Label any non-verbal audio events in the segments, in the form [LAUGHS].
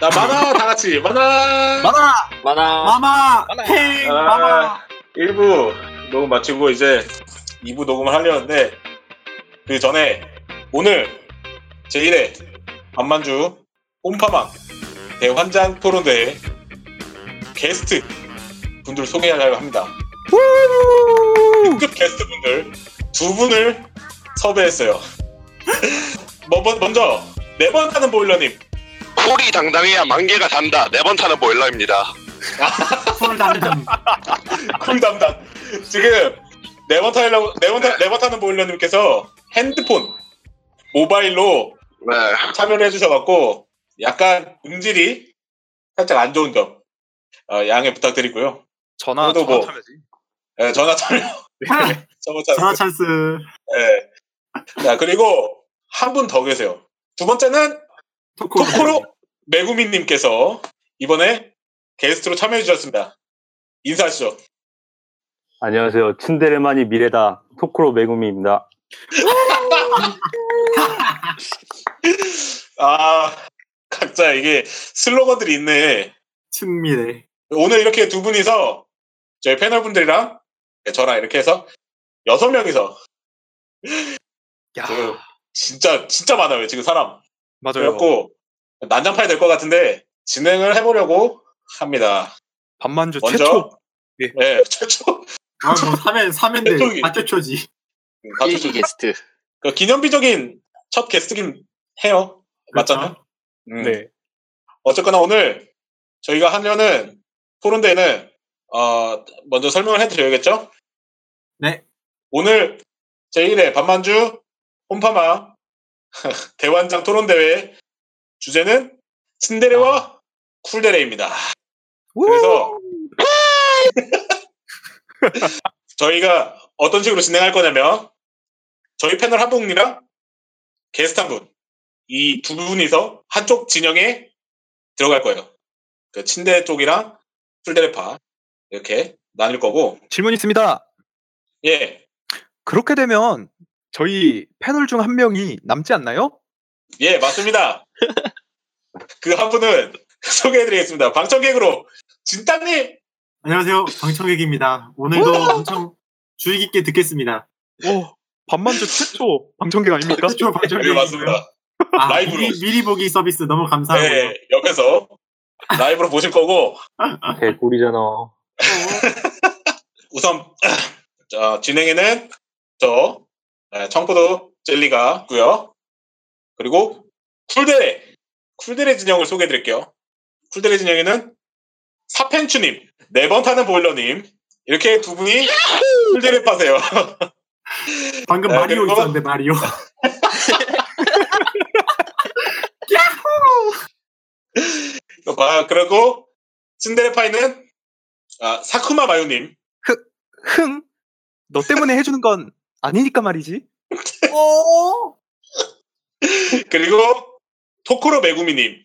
나 만화 다 같이 만화 마마 만화 마마 마마. 팽 아. 마마 1부 녹음 마치고 이제 2부 녹음을 하려는데 그 전에 오늘 제1회 안만주 홈파망 대환장 토론대회 게스트 분들 소개하려고 합니다. 특급 게스트 분들 두 분을 섭외했어요. [LAUGHS] 뭐, 먼저, 먼저 네번 타는 보일러님 콜이 당당해야 만개가 단다. 네 번 타는 보일러입니다. [LAUGHS] 손을 담는 쿨 담당. 지금 네번 타려고 네번 타 네번 타는 보일러님께서 핸드폰 모바일로 네. 참여를 해주셔갖고 약간 음질이 살짝 안 좋은 점 어, 양해 부탁드리고요. 전화 그래도 아, 전화 뭐. 참여지. 예, 전화 참여. [LAUGHS] 전화 전화 참여. 찬스 예. 자 그리고 한 분 더 계세요. 두 번째는 토크 코코로 메구미님께서 이번에 게스트로 참여해 주셨습니다. 인사하시죠. 안녕하세요. 츤데레만이 미래다. 토크로 메구미입니다. 아 각자 이게 슬로건들이 있네. 친밀해 오늘 이렇게 두 분이서 저희 패널 분들이랑 네, 저랑 이렇게 해서 여섯 명이서 야 아, 지금 진짜 진짜 많아요 지금 사람. 아. 맞아요. 그래갖고 난장판이 될 것 같은데 진행을 해보려고 합니다. 반만주 먼저 최초 예 최초 아뭐 사면 사면데 저기. 아 최초지 일기 게스트 그 기념비적인 첫 게스트긴 해요. 맞잖아요. 그렇죠? 음. 네 어쨌거나 오늘 저희가 하려는 토론대는 어, 먼저 설명을 해드려야겠죠? 네. 오늘 제1회 반만주 홈파마 [LAUGHS] 대환장 토론대회 주제는 츤데레와 쿨데레입니다. 그래서 저희가 어떤 식으로 진행할 거냐면 저희 패널 한 분이랑 게스트 한 분, 이 두 분이서 한쪽 진영에 들어갈 거예요. 그 침대 쪽이랑 풀데레파 이렇게 나눌 거고 질문 있습니다. 예, 그렇게 되면 저희 패널 중 한 명이 남지 않나요? 예 맞습니다. 그 한 분은 [LAUGHS] 소개해드리겠습니다. 방청객으로 진땀님 안녕하세요 방청객입니다 오늘도 엄청 주의 깊게 듣겠습니다 오 반만주 최초 방청객 아닙니까? 최초 방청객 예 맞습니다. 아, 라이브로. 미리, 미리 보기 서비스 너무 감사하고요 예, 옆에서 라이브로 보실 거고 개꿀이잖아. 우선 [CLEARS THROAT] 자, 진행에는 저 네, 청포도 젤리가 있고요. 그리고 쿨데레 쿨데레 진영을 소개해드릴게요. 쿨데레 진영에는 사펜추님 네 번 타는 보일러님 이렇게 두 분이 쿨데레 파세요. [LAUGHS] 방금 네, 마리오 그리고- 있었는데 마리오 아, 그리고 츤데레 파이는 아, 사쿠마 마요님 [LAUGHS] 흥. 너 때문에 해주는 건 아니니까 말이지. 그리고 토코로 메구미님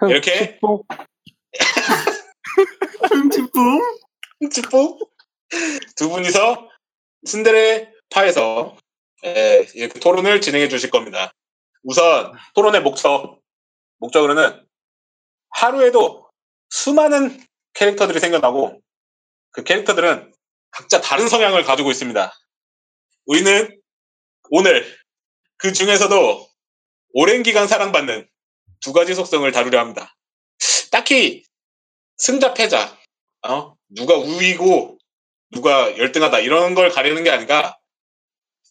흥, 이렇게 또 [LAUGHS] 흠칫뿡 찌뿌 두 분이서 츤데레 파에서 예, 이렇게 토론을 진행해 주실 겁니다. 우선 토론의 목적 목적으로는 하루에도 수많은 캐릭터들이 생겨나고 그 캐릭터들은 각자 다른 성향을 가지고 있습니다. 우리는 오늘 그 중에서도 오랜 기간 사랑받는 두 가지 속성을 다루려 합니다. 딱히 승자 패자 어? 누가 우위고 누가 열등하다 이런 걸 가리는 게 아니라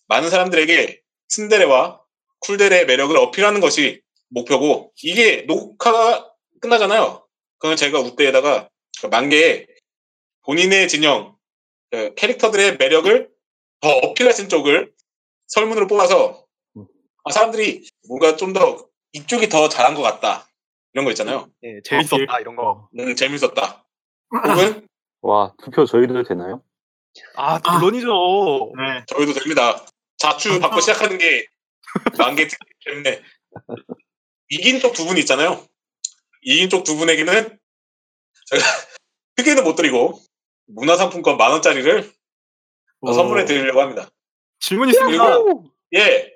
많은 사람들에게 츤데레와 쿨데레의 매력을 어필하는 것이 목표고 이게 녹화가 끝나잖아요. 그러면 제가 우대에다가 그 만개에 본인의 진영 그 캐릭터들의 매력을 더 어필하신 쪽을 설문으로 뽑아서 아, 사람들이 뭔가 좀 더 이쪽이 더 잘한 것 같다 이런 거 있잖아요. 예, 재밌었다 이런 거. 음, 재밌었다. 혹은 와 투표 저희도 되나요? 아 물론이죠. 네 저희도 됩니다. 자추 받고 시작하는 게 만개 특기 때문에 이긴 쪽 두 분 있잖아요. 이긴 쪽 두 분에게는 저희가 크게는 못 드리고 문화상품권 만 원짜리를 오. 아, 선물해 드리려고 합니다. 질문 있습니다. 예,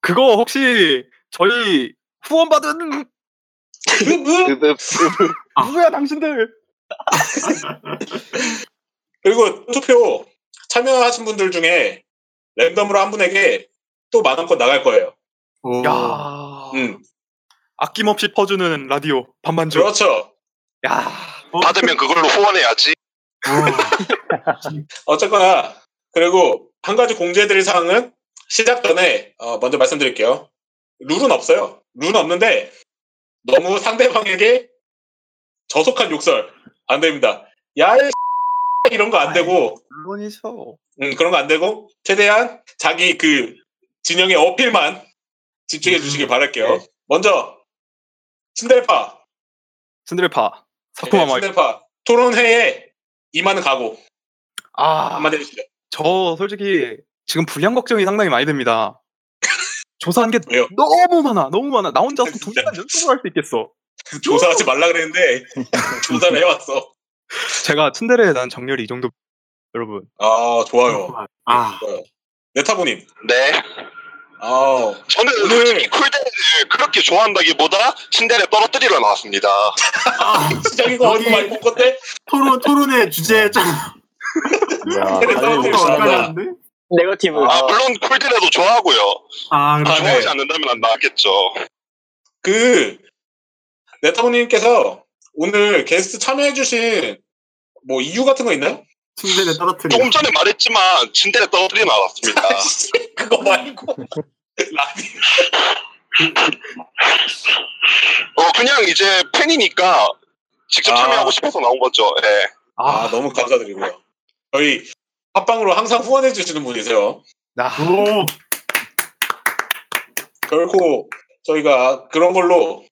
그거 혹시 저희 후원 받은 으, 으. 그, 아. 누구야 당신들? 그리고 투표 참여하신 분들 중에 랜덤으로 한 분에게 또 만 원권 나갈 거예요. 오. 야, 음, 아낌없이 퍼주는 라디오 반반주. 그렇죠. 야, 받으면 그걸로 후원해야지. 그렇죠. 오. 어쨌거나 그리고 한 가지 공지해드릴 사항은 시작 전에 어, 먼저 말씀드릴게요. 룰은 없어요. 룰은 없는데 너무 상대방에게 저속한 욕설 안 됩니다. 야 이런 [LAUGHS] 거 안 되고 물론이죠. 음, 그런 거 안 되고 최대한 자기 그 진영의 어필만 집중해 주시길 바랄게요. 네. 먼저 신델파 신들파 사쿠마 네, 마이. 신델파 토론회에 2만은 가고 아, 한마디 해주시죠. 저 솔직히 지금 불량 걱정이 상당히 많이 됩니다. 조사한 게 왜요? 너무 많아, 너무 많아. 나 혼자서 두 진짜. 그 시간 연속으로 할 수 있겠어. 조사하지 말라 그랬는데 조사를 해왔어. 제가 츤데레에 난 정렬이 이 정도. 여러분, 아 좋아요. 아, 네타보님. 네. 아 저는 오늘- 솔직히 쿨댄을 그렇게 좋아한다기보다 침대를 떨어뜨리러 나왔습니다. 아 시작이고 어디 많이 본 건데 토론 토론의 주제 짱 야, 그래서- 다들 뭔가 네, 감사합니다. 엇갈렸는데? 네거티브. 아, 물론 쿨댄에도 좋아하고요. 아, 그래. 아, 네. 좋아하지 않는다면 안 나왔겠죠. 그 네타보님께서 오늘 게스트 참여해주신 뭐 이유 같은 거 있나요? 침대를 떨어뜨려. 조금 전에 말했지만 침대를 떨어뜨리러 [LAUGHS] 나왔습니다. 씨, 그거 말고 라디 어, 그냥 이제 팬이니까 직접 아. 참여하고 싶어서 나온 거죠. 예. 아, 너무 감사드리고요. 저희 팟빵으로 항상 후원해 주시는 분이세요. 나 오, 결코 저희가 그런 걸로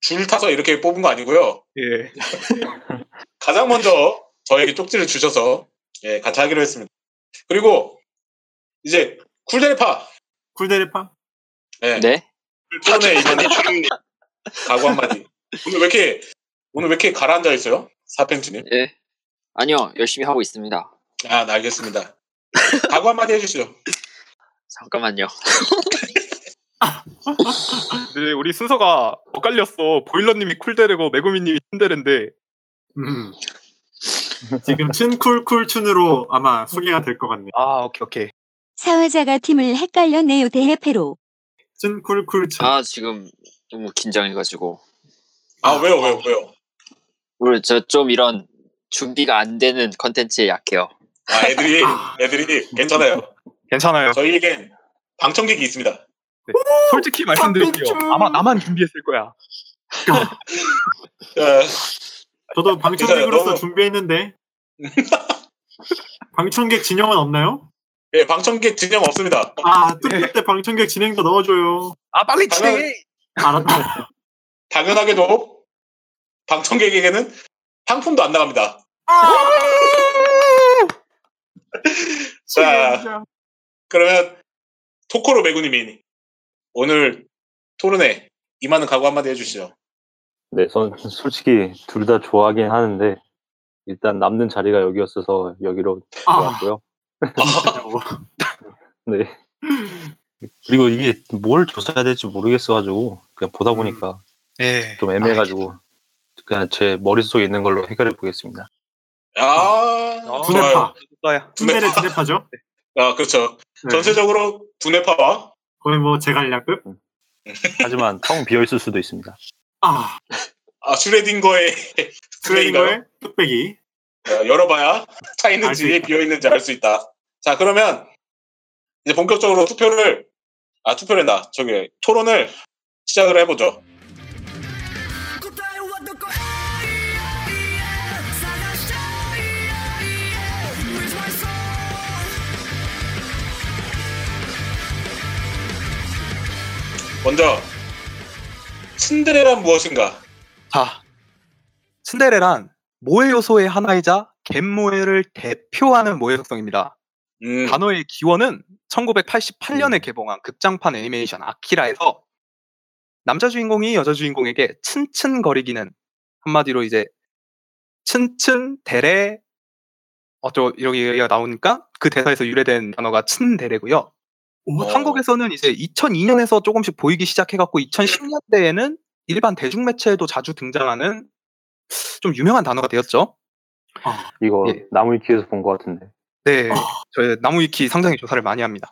줄 타서 이렇게 뽑은 거 아니고요. 예. 가장 먼저 저에게 쪽지를 주셔서 예, 같이 하기로 했습니다. 그리고 이제 쿨데레파 굴대리파? 예, 네. 쿨톤의 이번에 사진이 [LAUGHS] 주름님. 각오 한마디. 오늘 왜 이렇게 오늘 왜 이렇게 가라앉아 있어요? 사펜치님. 예. 아니요, 열심히 하고 있습니다. 아, 나 알겠습니다. 각오 한마디 해주시죠. 잠깐만요. 근데 우리 순서가 엇갈렸어. 보일러님이 쿨데레고 메구미님이 츤데레인데 음. 지금 친쿨쿨춘으로 아마 소개가 될 것 같네. 아 오케이 오케이. 사회자가 팀을 헷갈렸네요. 대회패로. 친쿨쿨춘. 아, 지금 너무 긴장해가지고. 아, 왜요, 왜요, 왜요? 오늘 저 좀 이런 준비가 안 되는 컨텐츠에 약해요. 아, 애들이 애들이 괜찮아요. 괜찮아요. 저희에겐 방청객이 있습니다. 솔직히 말씀드릴게요. 깜짝 아마 나만 준비했을 거야. 자, 저도 방청객으로서 너무- [LAUGHS] 준비했는데. 방청객 진영은 없나요? 예, 방청객 진영 없습니다. 아, 투표 때 방청객 진행도 넣어줘요. 아 빨리 진행해! 알았다. 당연하게도 방청객에게는 상품도 안 나갑니다. [LAUGHS] [LAUGHS] 자, 진짜. 그러면 토코로 매구님이 오늘 토론에 임하는 각오 한마디 해주시죠. 네, 전 [LAUGHS] 솔직히 둘 다 좋아하긴 하는데 일단 남는 자리가 여기였어서 여기로 아, 왔고요. 진짜. 네. 그리고 이게 뭘 조사해야 될지 모르겠어가지고 그냥 보다 보니까 예. 좀 애매해가지고 그냥 제 머릿속에 있는 걸로 해결해 보겠습니다. 아, 좋아요. 음. 두뇌파. 나야. 두뇌를 두뇌파죠? 아, 그렇죠. 네. 네. 전체적으로 두뇌파와 거의 뭐 제갈량급? 하지만 텅 비어 있을 수도 있습니다. 아, 아, 슈레딩거의 두뇌인가요? 트레이거의 뚝배기. 어, 열어봐야 차 알수 있는지 있다. 비어 있는지 알 수 있다. 자, 그러면 이제 본격적으로 투표를 아, 투표를 나 저기 토론을 시작을 해보죠. 答えはどこへいえいえ探しちゃいえいえ Where's my soul? 먼저 신데레란 무엇인가? 자, 츤데레란 모의 요소의 하나이자 갯모해를 대표하는 모의 속성입니다. 음, 단어의 기원은 1988년에 개봉한 극장판 애니메이션 아키라에서 남자 주인공이 여자 주인공에게 츤츤거리기는 한마디로 이제 츤츤데레 어쩌고 이런 얘기가 나오니까 그 대사에서 유래된 단어가 츤데레고요. 오, 어. 한국에서는 이제 2002년에서 조금씩 보이기 시작해갖고 2010년대에는 일반 대중 매체에도 자주 등장하는 좀 유명한 단어가 되었죠. 이거 예. 나무위키에서 본 것 같은데. 네, 저희 나무위키 상당히 조사를 많이 합니다.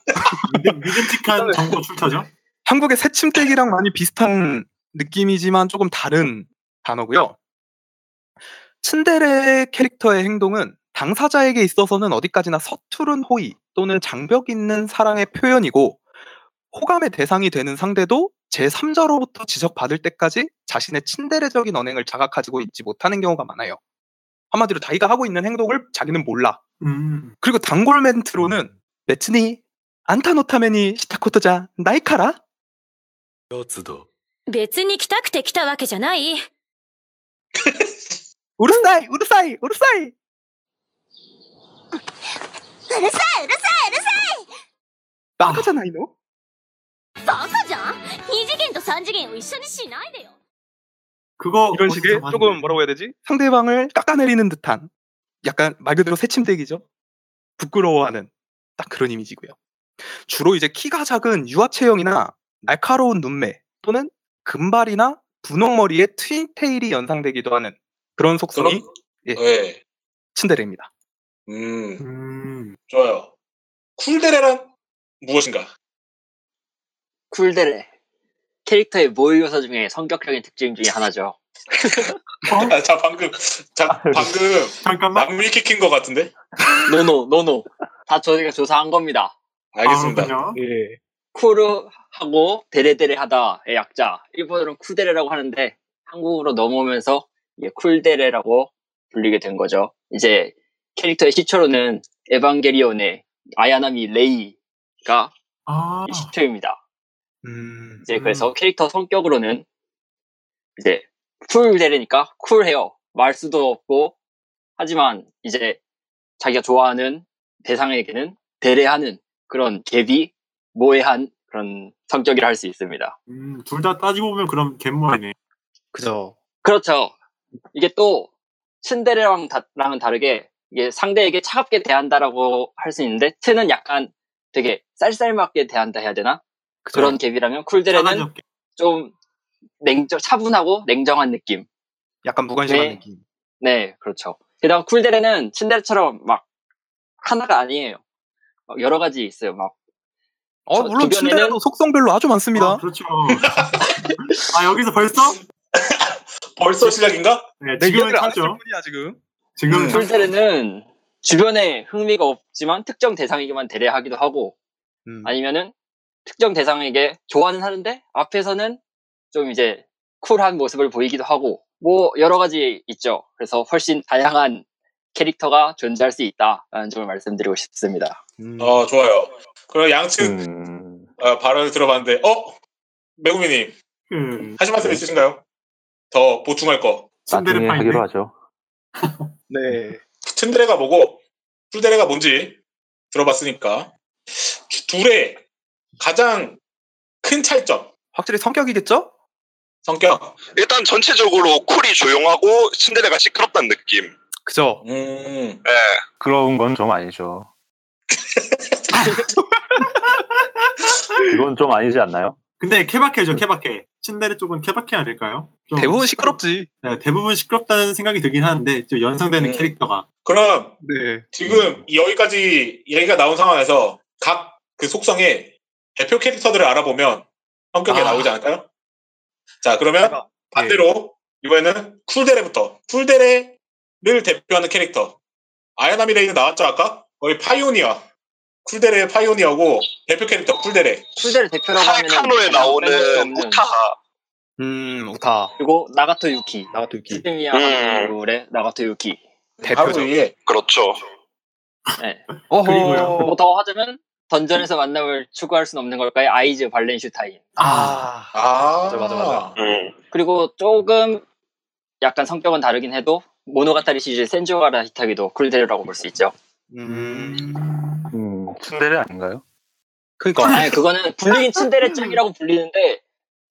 [LAUGHS] 믿음, 믿음직한 정보 출처죠? 한국의 새침대기랑 많이 비슷한 느낌이지만 조금 다른 단어고요. 츤데레 캐릭터의 행동은 당사자에게 있어서는 어디까지나 서투른 호의 또는 장벽 있는 사랑의 표현이고 호감의 대상이 되는 상대도 제3자로부터 지적받을 때까지 자신의 츤데레적인 언행을 자각하지고 있지 못하는 경우가 많아요. 한마디로 자기가 하고 있는 행동을 자기는 몰라. 음. 그리고 단골 멘트로는 레츠니 안타노타메니 시타코토자 나이카라 別に来たくて来たわけじゃない。 우르사이 우르사이 우르사이 うるさいうるさいうるさ 나가잖아 이노 어, いバカじゃん二次元と三次元を一緒にしないでよ 그거 이런 식의 어디서 조금 봤는데? 뭐라고 해야 되지? 상대방을 깎아내리는 듯한 약간 말 그대로 새침대기죠 부끄러워하는 딱 그런 이미지고요 주로 이제 키가 작은 유아체형이나 날카로운 눈매 또는 금발이나 분홍머리의 트윈테일이 연상되기도 하는 그런 속성이 그럼- 예. 예. 츤데레입니다 음, 음. 좋아요. 쿨데레란 무엇인가? 쿨데레. 캐릭터의 모의고사 중에 성격적인 특징 중에 하나죠. 아, [LAUGHS] 자, 방금, 자, 방금, 잠깐만. 남미키 킨것 같은데? 노노 노노. 다 저희가 조사한 겁니다. 알겠습니다. 아, 그렇군요. 예. 쿠르하고 데레데레하다의 약자. 일본어로는 쿠데레라고 하는데 한국으로 넘어오면서 이게 쿨데레라고 불리게 된 거죠. 이제 캐릭터의 시초로는 에반게리온의 아야나미 레이가 아, 이 시초입니다. 음, 이제 그래서 캐릭터 성격으로는 이제 쿨데레니까 쿨해요. 말 수도 없고 하지만 이제 자기가 좋아하는 대상에게는 대례하는 그런 갭이 모해한 그런 성격이라 할 수 있습니다. 음, 둘 다 따지고 보면 그럼 갯머리네. 그죠 그렇죠. 이게 또 츤데레랑은 다- 랑은 다르게 이게 상대에게 차갑게 대한다라고 할 수 있는데 트는 약간 되게 쌀쌀맞게 대한다 해야 되나? 그런 갭이라면 싸가지 쿨데레는 없게. 좀 냉정 차분하고 냉정한 느낌. 약간 무관심한 네. 느낌 네, 그렇죠. 게다가 쿨데레는 츤데레처럼 막 하나가 아니에요. 막 여러 가지 있어요. 막 어, 저 물론 주변에는- 침대도 속성별로 아주 많습니다. 아, 그렇죠. [LAUGHS] 아, 여기서 벌써? 벌써 시작인가? 네, 지금은 내기를 안 했을 찾죠. 음, 뿐이야 지금. 지금 은 쿨데레는 주변에 흥미가 없지만 특정 대상에게만 대례하기도 하고 음. 아니면은 특정 대상에게 좋아는 하는데 앞에서는 좀 이제 쿨한 모습을 보이기도 하고 뭐 여러 가지 있죠. 그래서 훨씬 다양한 캐릭터가 존재할 수 있다라는 점을 말씀드리고 싶습니다. 음. 어, 좋아요. 그럼 양측 음, 어, 발언을 들어봤는데, 어? 매구미님, 그, 하실 말씀 네. 있으신가요? 더 보충할 거. 아, 나중에 츤데레파인데? 하기로 하죠. 네. 츤데레가 뭐고, 쿨데레가 뭔지 들어봤으니까. 주- 둘의 가장 큰 차이점, 확실히 성격이겠죠? 성격. 일단 전체적으로 쿨이 조용하고 신데레가 시끄럽다는 느낌. 그죠. 음, 예. 그런 건 좀 아니죠. 이건 좀 아니지 않나요? 근데 케바케죠, 케바케. 츤데레 쪽은 케바케 아닐까요? 좀- 음. 대부분 시끄럽지. 네, 대부분 시끄럽다는 생각이 들긴 하는데, 좀 연상되는 음. 캐릭터가. 그럼 네. 지금 여기까지 얘기가 나온 상황에서 각 그 속성의 대표 캐릭터들을 알아보면 성격이 아. 네. 나오지 않을까요? 자, 그러면 제가- 반대로 이번에는 쿨데레부터 쿨데레를 대표하는 캐릭터 아야나미 레이는 나왔죠 아까 거의 파이오니아 쿨데레의 파이오니아고 대표 캐릭터 쿨데레 쿨데레 대표라고 하면 카이카노에 나오는 우타하. 음 우타 그리고 나가토 유키 나가토 유키 스미야 음. 하울의 나가토 유키 대표죠. 하루이의 그렇죠. 그리고요. 뭐 예. 더 하자면 던전에서 만남을 추구할 수는 없는 걸까요? 아이즈 발렌슈타인 아 아 맞아, 맞아, 맞아. 음. 그리고 조금 약간 성격은 다르긴 해도 모노가타리 시리즈 센조가라 히타기도 쿨데레라고 볼 수 있죠. 음. 음, 츤데레 아닌가요? 그러니까 아니 예, 그거는 불리긴 츤데레짱이라고 불리는데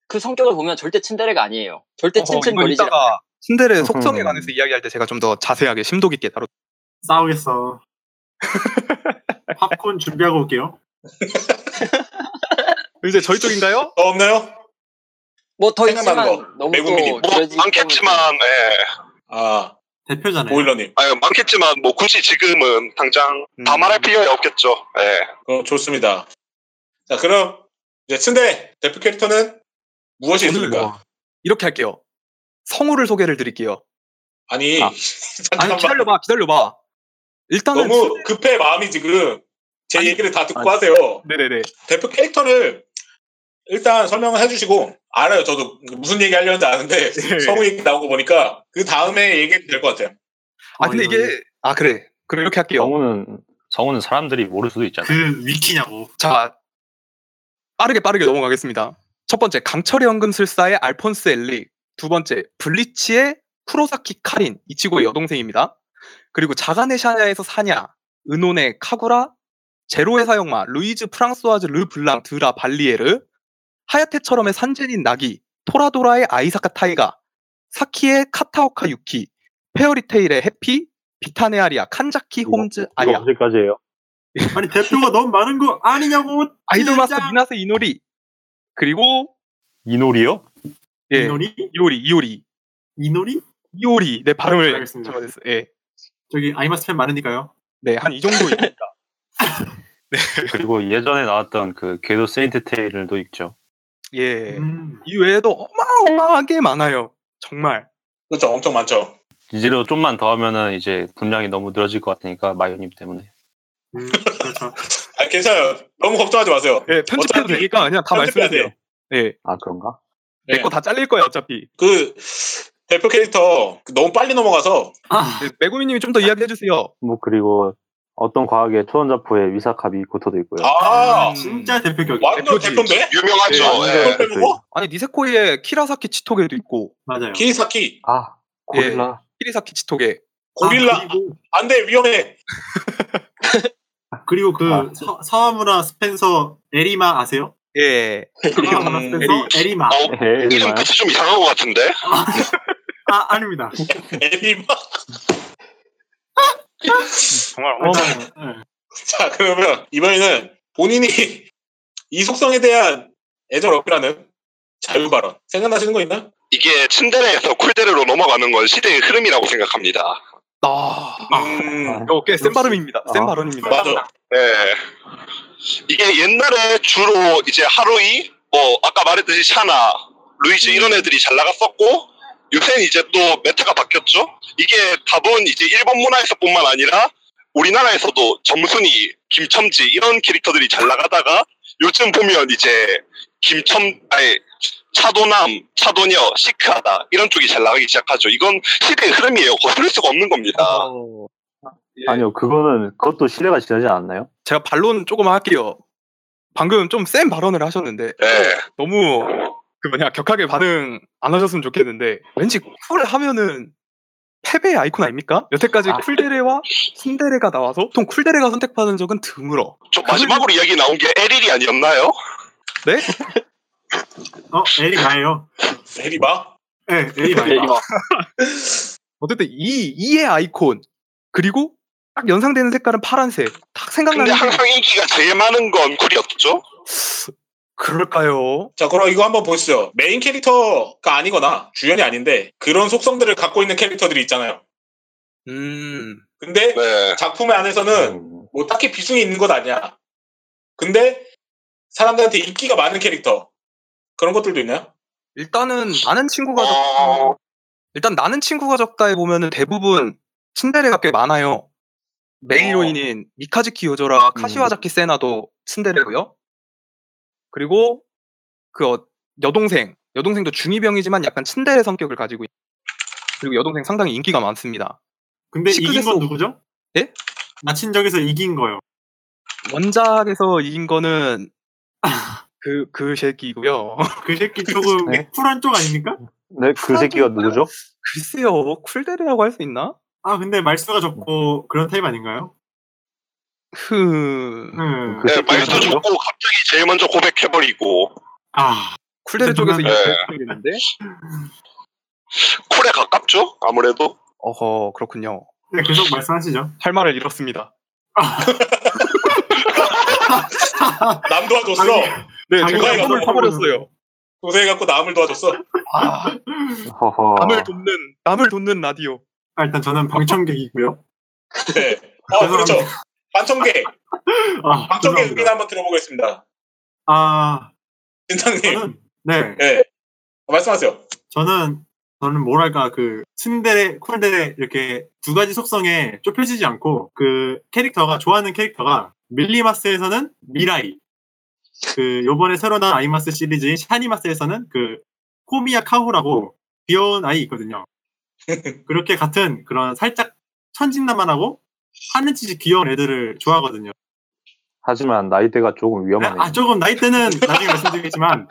그 성격을 보면 절대 츤데레가 아니에요. 절대 이건 츤츤거리지 않아요. 이따가 신데레 속성에 음. 관해서 이야기할 때 제가 좀 더 자세하게 심도 깊게 다루. [LAUGHS] 싸우겠어. 팝콘 준비하고 올게요. 이제 저희 쪽인가요? 더 없나요? 뭐 더 생각나는 거. 있지만 너무 매국민님. 또 길어지기 뭐 많겠지만, 예. 아 네. 대표잖아요. 보일러님. 아유, 많겠지만, 뭐, 굳이 지금은 당장 다 음. 말할 필요가 없겠죠. 예. 그럼 어, 좋습니다. 자 그럼 이제 츤데 대표 캐릭터는 무엇이 있습니까? 오늘 이렇게 할게요. 성우를 소개를 드릴게요. 아니 [LAUGHS] 아. 아니 잠깐만 기다려봐, 기다려봐. 일단은 너무 급해 마음이 지금 제 얘기를 다 듣고 아니. 하세요. 네네네. 대표 캐릭터를 일단 설명을 해주시고 알아요. 저도 무슨 얘기 하려는지 아는데 예. 성우 얘기 나온 거 보니까 그 다음에 얘기해도 될 것 같아요. 아 근데 이게 아 그래. 그럼 이렇게 할게요. 성우는 성우는 어, 사람들이 모를 수도 있잖아. 그 어, 위키냐고. 자, 빠르게 빠르게 넘어가겠습니다. 첫 번째, 강철의 연금술사의 알폰스 엘리. 두 번째, 블리치의 쿠로사키 카린, 이치고의 여동생입니다. 그리고 자가네샤냐에서 사냐, 은혼의 카구라, 제로의 사용마, 루이즈 프랑스와즈 르 블랑 드라 발리에르, 하야테처럼의 산제닌 나기, 토라도라의 아이사카 타이가, 사키의 카타오카 유키, 페어리테일의 해피, 비타네아리아, 칸자키 홈즈 아야. 언제까지예요? 아니 대표가 너무 많은 거 아니냐고. 아이돌 마스터 진짜. 미나세 이노리 그리고 이놀이요? 예 이노리? 이오리 이오리 이노리? 이오리 내 발음을 알겠습니다. 잘못했어 예네한 이 저기 아이마스 팬 많으니까요. 정도입니다 그리고 예전에 나왔던 그 궤도 세인트 테일을도 읽죠. 네. 예 음. 이외에도 어마어마하게 많아요 정말 그렇죠. 엄청 많죠. 이제로 좀만 더 하면은 이제 분량이 너무 늘어질 것 같으니까 마요님 때문에. 음, 그렇죠. 아, 괜찮아요. 너무 걱정하지 마세요. 예 편집해도 어차피 되니까 그냥 다 편집해야 말씀해주세요 예내 아 그런가? 네. 거 다 잘릴 거예요 어차피 그 대표 캐릭터 너무 빨리 넘어가서 아, 네, 메구미님이 좀 더 이야기해주세요 뭐 그리고 어떤 과학의 초원자포의 위사카 미코토도 있고요. 아 진짜 대표격. 완전 대표지. 대표인데 유명하죠. 네, 예. 그걸 빼먹어? 아니 니세코이의 키라사키 치토게도 있고 맞아요. 키사키 아 고릴라. 키리사키 치토게 고릴라 아, 그리고, 안돼 위험해. 그리고 그 아. 서, 서아무라 스펜서 에리마 아세요? 예 서아무라 음, 스펜서 에리마. 어, 예, 에이, 이름 말. 끝이 좀 이상한 것 같은데? 아 아닙니다. 에리마. 정말 어마 일단, 예. [LAUGHS] 자 그러면 이번에는 본인이 [LAUGHS] 이 속성에 대한 애절 어필하는 자유 발언 생각나시는 거 있나? 이게 침대에서 쿨데레로 넘어가는 건 시대의 흐름이라고 생각합니다. 아 음, 이거 꽤센 발음입니다 센 아. 발언입니다 맞아. 예. 이게 옛날에 주로 이제 하루이, 뭐, 아까 말했듯이 샤나, 루이즈 이런 애들이 잘 나갔었고, 요새는 이제 또 메타가 바뀌었죠? 이게 답은 이제 일본 문화에서뿐만 아니라 우리나라에서도 점순이, 김첨지 이런 캐릭터들이 잘 나가다가 요즘 보면 이제 김첨, 아니, 차도남, 차도녀, 시크하다 이런 쪽이 잘 나가기 시작하죠. 이건 시대의 흐름이에요. 거슬릴 수가 없는 겁니다. 아니요 그거는 그것도 시대가 지나지 않았나요? 제가 반론 조금 할게요. 방금 좀 센 발언을 하셨는데 예. 너무 그 뭐냐 격하게 반응 안 하셨으면 좋겠는데 왠지 쿨 하면은 패배의 아이콘 아닙니까? 여태까지 아. 쿨데레와 츤데레가 나와서 보통 쿨데레가 선택받은 적은 드물어. 좀 마지막으로 이야기 나온 게 에릴이 아니었나요? 네? 어 에리마예요. 에리마? 예, 네, 에리마예요. 에리마. 어쨌든 이 이의 아이콘 그리고 딱 연상되는 색깔은 파란색. 딱 근데 생각나는 게 항상 인기가 제일 많은 건 쿨이었죠. 그럴까요? 자, 그럼 이거 한번 보시죠. 메인 캐릭터가 아니거나 주연이 아닌데 그런 속성들을 갖고 있는 캐릭터들이 있잖아요. 음. 근데 네. 작품 안에서는 음, 뭐 딱히 비중이 있는 건 아니야. 근데 사람들한테 인기가 많은 캐릭터 그런 것들도 있나요? 일단은 나는 친구가 좋고 어, 일단 나는 친구가 적다에 보면은 대부분 츤데레가 꽤 많아요. 메인 히로인인 미카즈키 요조라 카시와자키 세나도 츤데레고요. 그리고 그 어- 여동생, 여동생도 중이병이지만 약간 츤데레 성격을 가지고 있 그리고 여동생 상당히 인기가 많습니다. 근데 이긴 시크릿에서- 건 누구죠? 예? 마친 적에서 이긴 거요. 원작에서 이긴 거는 그, 그 새끼고요. [LAUGHS] 그 새끼 조금 네? 쿨한 쪽 아닙니까? 네, 그 새끼가 누구죠? 글쎄요, 뭐 쿨데레라고 할 수 있나? 아 근데 말수가 적고 그런 타입 아닌가요? 흐... 음. 그 네, 새끼가 말도 누구죠? 좋고 갑자기 제일 먼저 고백해버리고 아 쿨데레 쪽에서 이긴 네. 거였는데 쿨에 가깝죠. 아무래도 어허, 그렇군요. 네, 계속 말씀하시죠. 할 말을 잃었습니다. 남도와 줬어. 아니, 네, 방금 제가 방금 이걸 방금 아, 퍼버렸어요. 고생해갖고 남을 도와줬어. 남을 돕는 남을 돕는 라디오. 아, 일단 저는 방청객이고요. 네. 어, 그렇죠. 방청객. 방청객 의견 한번 들어보겠습니다. 아, 진상님. 네. 네. 어, 말씀하세요. 저는 저는 뭐랄까 그 츤데레, 콜데레 이렇게 두 가지 속성에 좁혀지지 않고 그 캐릭터가 좋아하는 캐릭터가 밀리마스에서는 미라이, 그 요번에 새로 나온 아이마스 시리즈 샤니마스에서는 그 코미야 카오라고 귀여운 아이 있거든요. 그렇게 같은 그런 살짝 천진난만하고 하는 짓이 귀여운 애들을 좋아하거든요. 하지만 나이대가 조금 위험하네. 아, 조금 나이 [LAUGHS] 때는 나중에 말씀드리겠지만,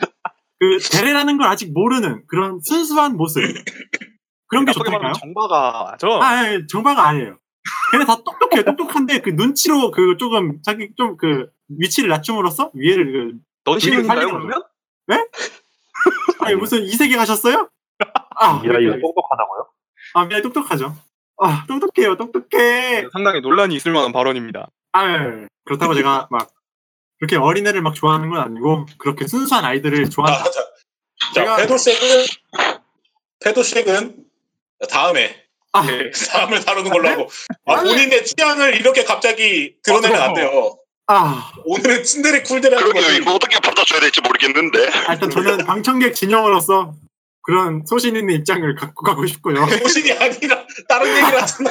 그, 대례라는 걸 아직 모르는 그런 순수한 모습. 그런 게 나쁘게 좋다니까요? 말하면 정바가죠? 아, 아니, 아니, 정바가 아니에요. 걔네 다 똑똑해요. 똑똑한데, 그 눈치로 그 조금, 자기 좀 그, 위치를 낮춤으로써 위에를 그, 넌신인가요, 살리는 거죠. 네? 아니, 무슨 이세계 가셨어요? 아, 미라이가 똑똑하다고요? 아, 미라이 똑똑하죠. 아, 똑똑해요, 똑똑해. 상당히 논란이 있을 만한 발언입니다. 아, 예. 그렇다고 제가 막 그렇게 어린애를 막 좋아하는 건 아니고 그렇게 순수한 아이들을 좋아한다. 자, 페도색은, 페도색은 다음에. 아, 아, 네. 예, 다음을 다루는 걸로 하고. 아, 본인의 취향을 이렇게 갑자기 드러내면 안 돼요. 아, 오늘은 츤데레 쿨데레라는 그러게요. 이거 어떻게 받아줘야 될지 모르겠는데. 아, 일단 저는 방청객 진영으로서 그런 소신 있는 입장을 갖고 가고 싶고요. 소신이 아니라 다른 얘기를 하잖아.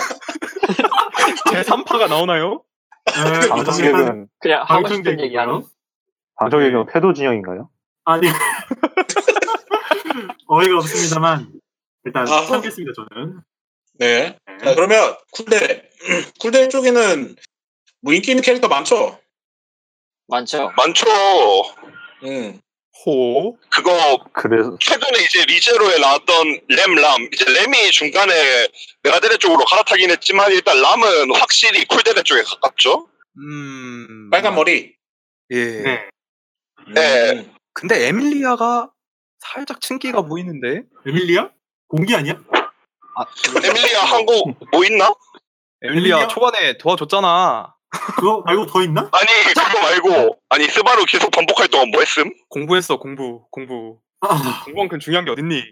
제 3파가 나오나요? 아, 방청객은 그냥 하고 싶은 얘기 하는. 방청객은 패도 진영인가요? 아니 [LAUGHS] 어이가 없습니다만 일단 참겠습니다 저는. 네. 자, 그러면 쿨데레. 쿨데레 쪽에는 뭐 인기 있는 캐릭터 많죠? 많죠. 많죠. 음. 호. 그거 그래서 최근에 이제 리제로에 나왔던 램람 이제 램이 중간에 메가데레 쪽으로 갈아타긴 했지만 일단 람은 확실히 쿨데레 쪽에 가깝죠. 음. 빨간 머리. 예. 네. 네. 근데 에밀리아가 살짝 층기가 보이는데. 에밀리아? 공기 아니야? 아, 에밀리아 음. 음. 한국 뭐 있나? 에밀리아 초반에 도와줬잖아. 그거 말고 더 있나? 아니 그거 말고 아니 스바루 계속 반복할 동안 뭐 했음? 공부했어 공부 공부. 아, 공부만큼 중요한 게 어딨니?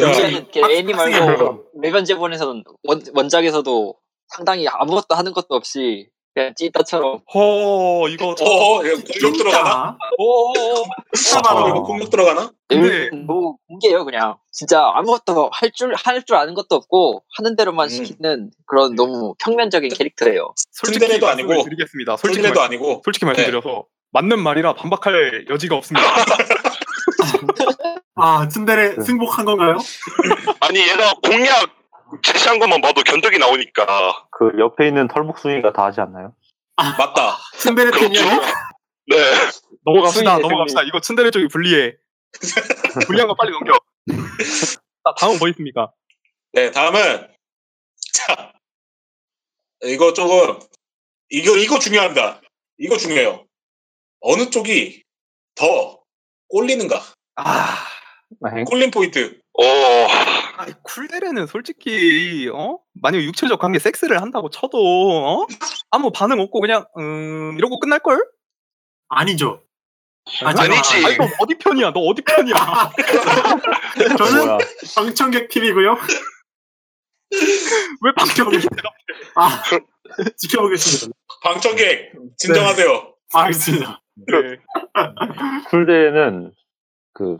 여기는 애니 어. 말고 매변제본에서는 원, 원작에서도 상당히 아무것도 하는 것도 없이 그냥 찌따처럼 허 이거 어, 이거 공격 들어가나? 오. 어, 이거 공격 들어가나? 근데 뭐 공개예요 그냥 진짜 아무것도 할 줄 할 줄 아는 것도 없고 하는 대로만 음. 시키는 그런 너무 평면적인 캐릭터예요. 츤데레도 아니고 드리겠습니다. 솔직히 츤데레도 말씀- 아니고 네. 솔직히 말씀드려서 맞는 말이라 반박할 여지가 없습니다. 아, 츤데레 승복한 건가요? 아니 얘가 공략 제시한 것만 봐도 견적이 나오니까 그 옆에 있는 털복숭이가 다 하지 않나요? 맞다. 츤데레 팀이요? 네. 넘어갑시다. 넘어갑시다. 이거 츤데레 쪽이 [LAUGHS] 불리해. 불리한 거 빨리 넘겨. 자, 다음 뭐 있습니까? 네, 다음은 자 이거 조금 이거 이거 중요합니다. 이거 중요해요. 어느 쪽이 더 꼴리는가? 아, 꼴린 포인트. 오. 아이, 쿨데레는 솔직히 어 만약 육체적 관계 섹스를 한다고 쳐도 어? 아무 반응 없고 그냥 음 이러고 끝날 걸? 아니죠. 아니지. 아니, 너 어디 편이야? 너 어디 편이야? 아, [LAUGHS] 저는 방청객 팀이고요. 왜 방청객? 아, 지켜보겠습니다. 방청객 진정하세요. 아, 알겠습니다. 네. 쿨데는 그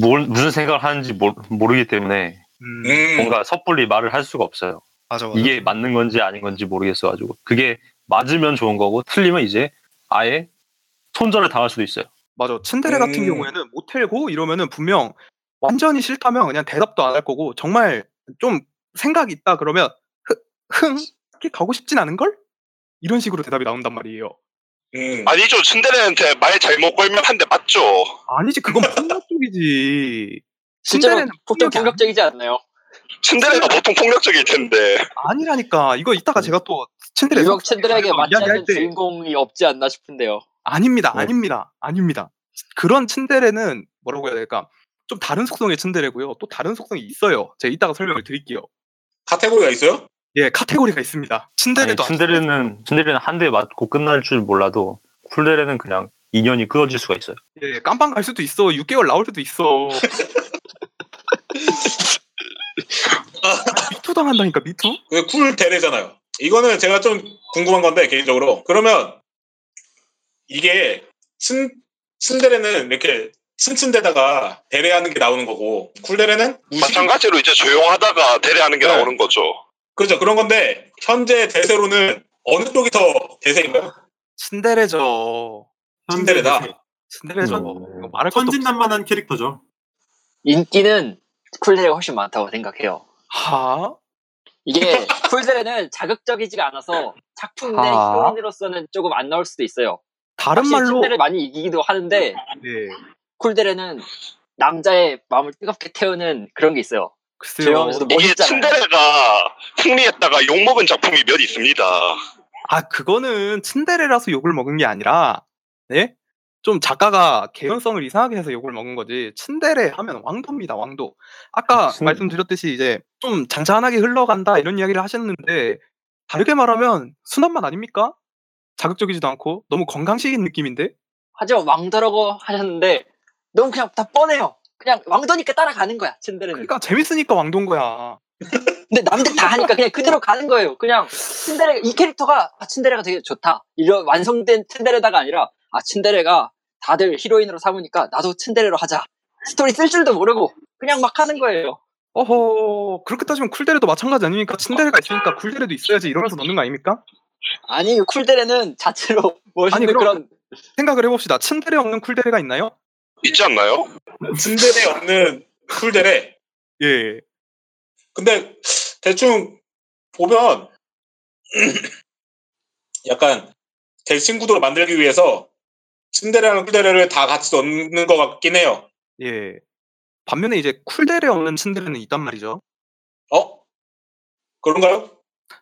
뭘, 무슨 생각을 하는지 모르, 모르기 때문에 네. 음, 뭔가 섣불리 말을 할 수가 없어요. 맞아, 맞아. 이게 맞는 건지 아닌 건지 모르겠어가지고 그게 맞으면 좋은 거고 틀리면 이제 아예 손절을 당할 수도 있어요. 맞아. 츤데레 음. 같은 경우에는 모텔고 이러면은 분명 완전히 싫다면 그냥 대답도 안 할 거고 정말 좀 생각이 있다 그러면 흥 이렇게 가고 싶진 않은 걸? 이런 식으로 대답이 나온단 말이에요. 음. 아니죠 츤데레한테 말 잘못 걸면 한 대 맞죠. 아니지 [LAUGHS] 그건 폭력 쪽이지. 실제로 츤데레는 폭력이 아, 폭력적이지 않나요? 츤데레가 보통 폭력적일 텐데. 아니라니까 이거 이따가 제가 또 츤데레 음. 유혹 츤데레에게 맞지 이야기할 않는 주인공이 네. 없지 않나 싶은데요. 아닙니다, 아닙니다, 아닙니다. 그런 츤데레는 뭐라고 해야 될까? 좀 다른 속성의 츤데레고요. 또 다른 속성이 있어요. 제가 이따가 설명을 드릴게요. 카테고리가 있어요? 예, 카테고리가 있습니다. 츤데레도 아니, 츤데레는 츤데레는 한 대 맞고 끝날 줄 몰라도 쿨데레는 그냥 인연이 끊어질 수가 있어요. 예, 깜빵 갈 수도 있어. 6개월 나올 수도 [LAUGHS] 있어. 미투 당한다니까 미투? 그쿨 대례잖아요. 이거는 제가 좀 궁금한 건데 개인적으로 그러면 이게 츤 츤데레는 이렇게 츤츤대다가 대례하는 게 나오는 거고 쿨 대례는 마찬가지로 이제 조용하다가 대례하는 게 나오는 거죠. 그렇죠 그런 건데 현재 대세로는 어느 쪽이 더 대세인가요? 신데레죠. 신데레다. 신데레죠. 말할 것도 천진난만한 캐릭터죠. 인기는 쿨데레가 훨씬 많다고 생각해요. 하? [LAUGHS] 이게 쿨데레는 자극적이지가 않아서 작품 내 하? 히로인으로서는 조금 안 나올 수도 있어요. 다른 확실히 말로- 음. 네, 쿨데레 많이 이기기도 하는데 쿨데레는 남자의 마음을 뜨겁게 태우는 그런 게 있어요. 조용하면서도 이게 멋있잖아요. 츤데레가 승리했다가 욕먹은 작품이 몇 있습니다. 아 그거는 츤데레라서 욕을 먹은 게 아니라 예? 좀 작가가 개연성을 이상하게 해서 욕을 먹은 거지 츤데레 하면 왕도입니다 왕도 아까 말씀드렸듯이 이제 좀 장차하게 흘러간다 이런 이야기를 하셨는데 다르게 말하면 순한 맛 아닙니까? 자극적이지도 않고 너무 건강식인 느낌인데 네. 하지만 왕도라고 하셨는데 너무 그냥 다 뻔해요. 그냥 왕도니까 따라가는 거야. 츤데레는. 그러니까 재밌으니까 왕도인 거야 근데 남들 다 하니까 그냥 그대로 가는 거예요. 그냥 츤데레 이 캐릭터가 아 츤데레가 되게 좋다. 이런 완성된 츤데레다가 아니라 아 츤데레가 다들 히로인으로 삼으니까 나도 츤데레로 하자. 스토리 쓸 줄도 모르고 그냥 막 하는 거예요. 어허 그렇게 따지면 쿨데레도 마찬가지 아닙니까? 츤데레가 있으니까 쿨데레도 있어야지 이러면서 넣는 거 아닙니까? 아니 쿨데레는 자체로 멋있는 그런 생각을 해봅시다 츤데레 없는 쿨데레가 있나요? 있지 않나요? 츤데레 없는 쿨 대례. 예. 근데 대충 보면 [CLEARS THROAT] 약간 대친구도 만들기 위해서 츤데레랑 쿨 대례를 다 같이 넣는 것 같긴 해요. 예. 반면에 이제 쿨데레 없는 츤데레는 있단 말이죠. 어? 그런가요?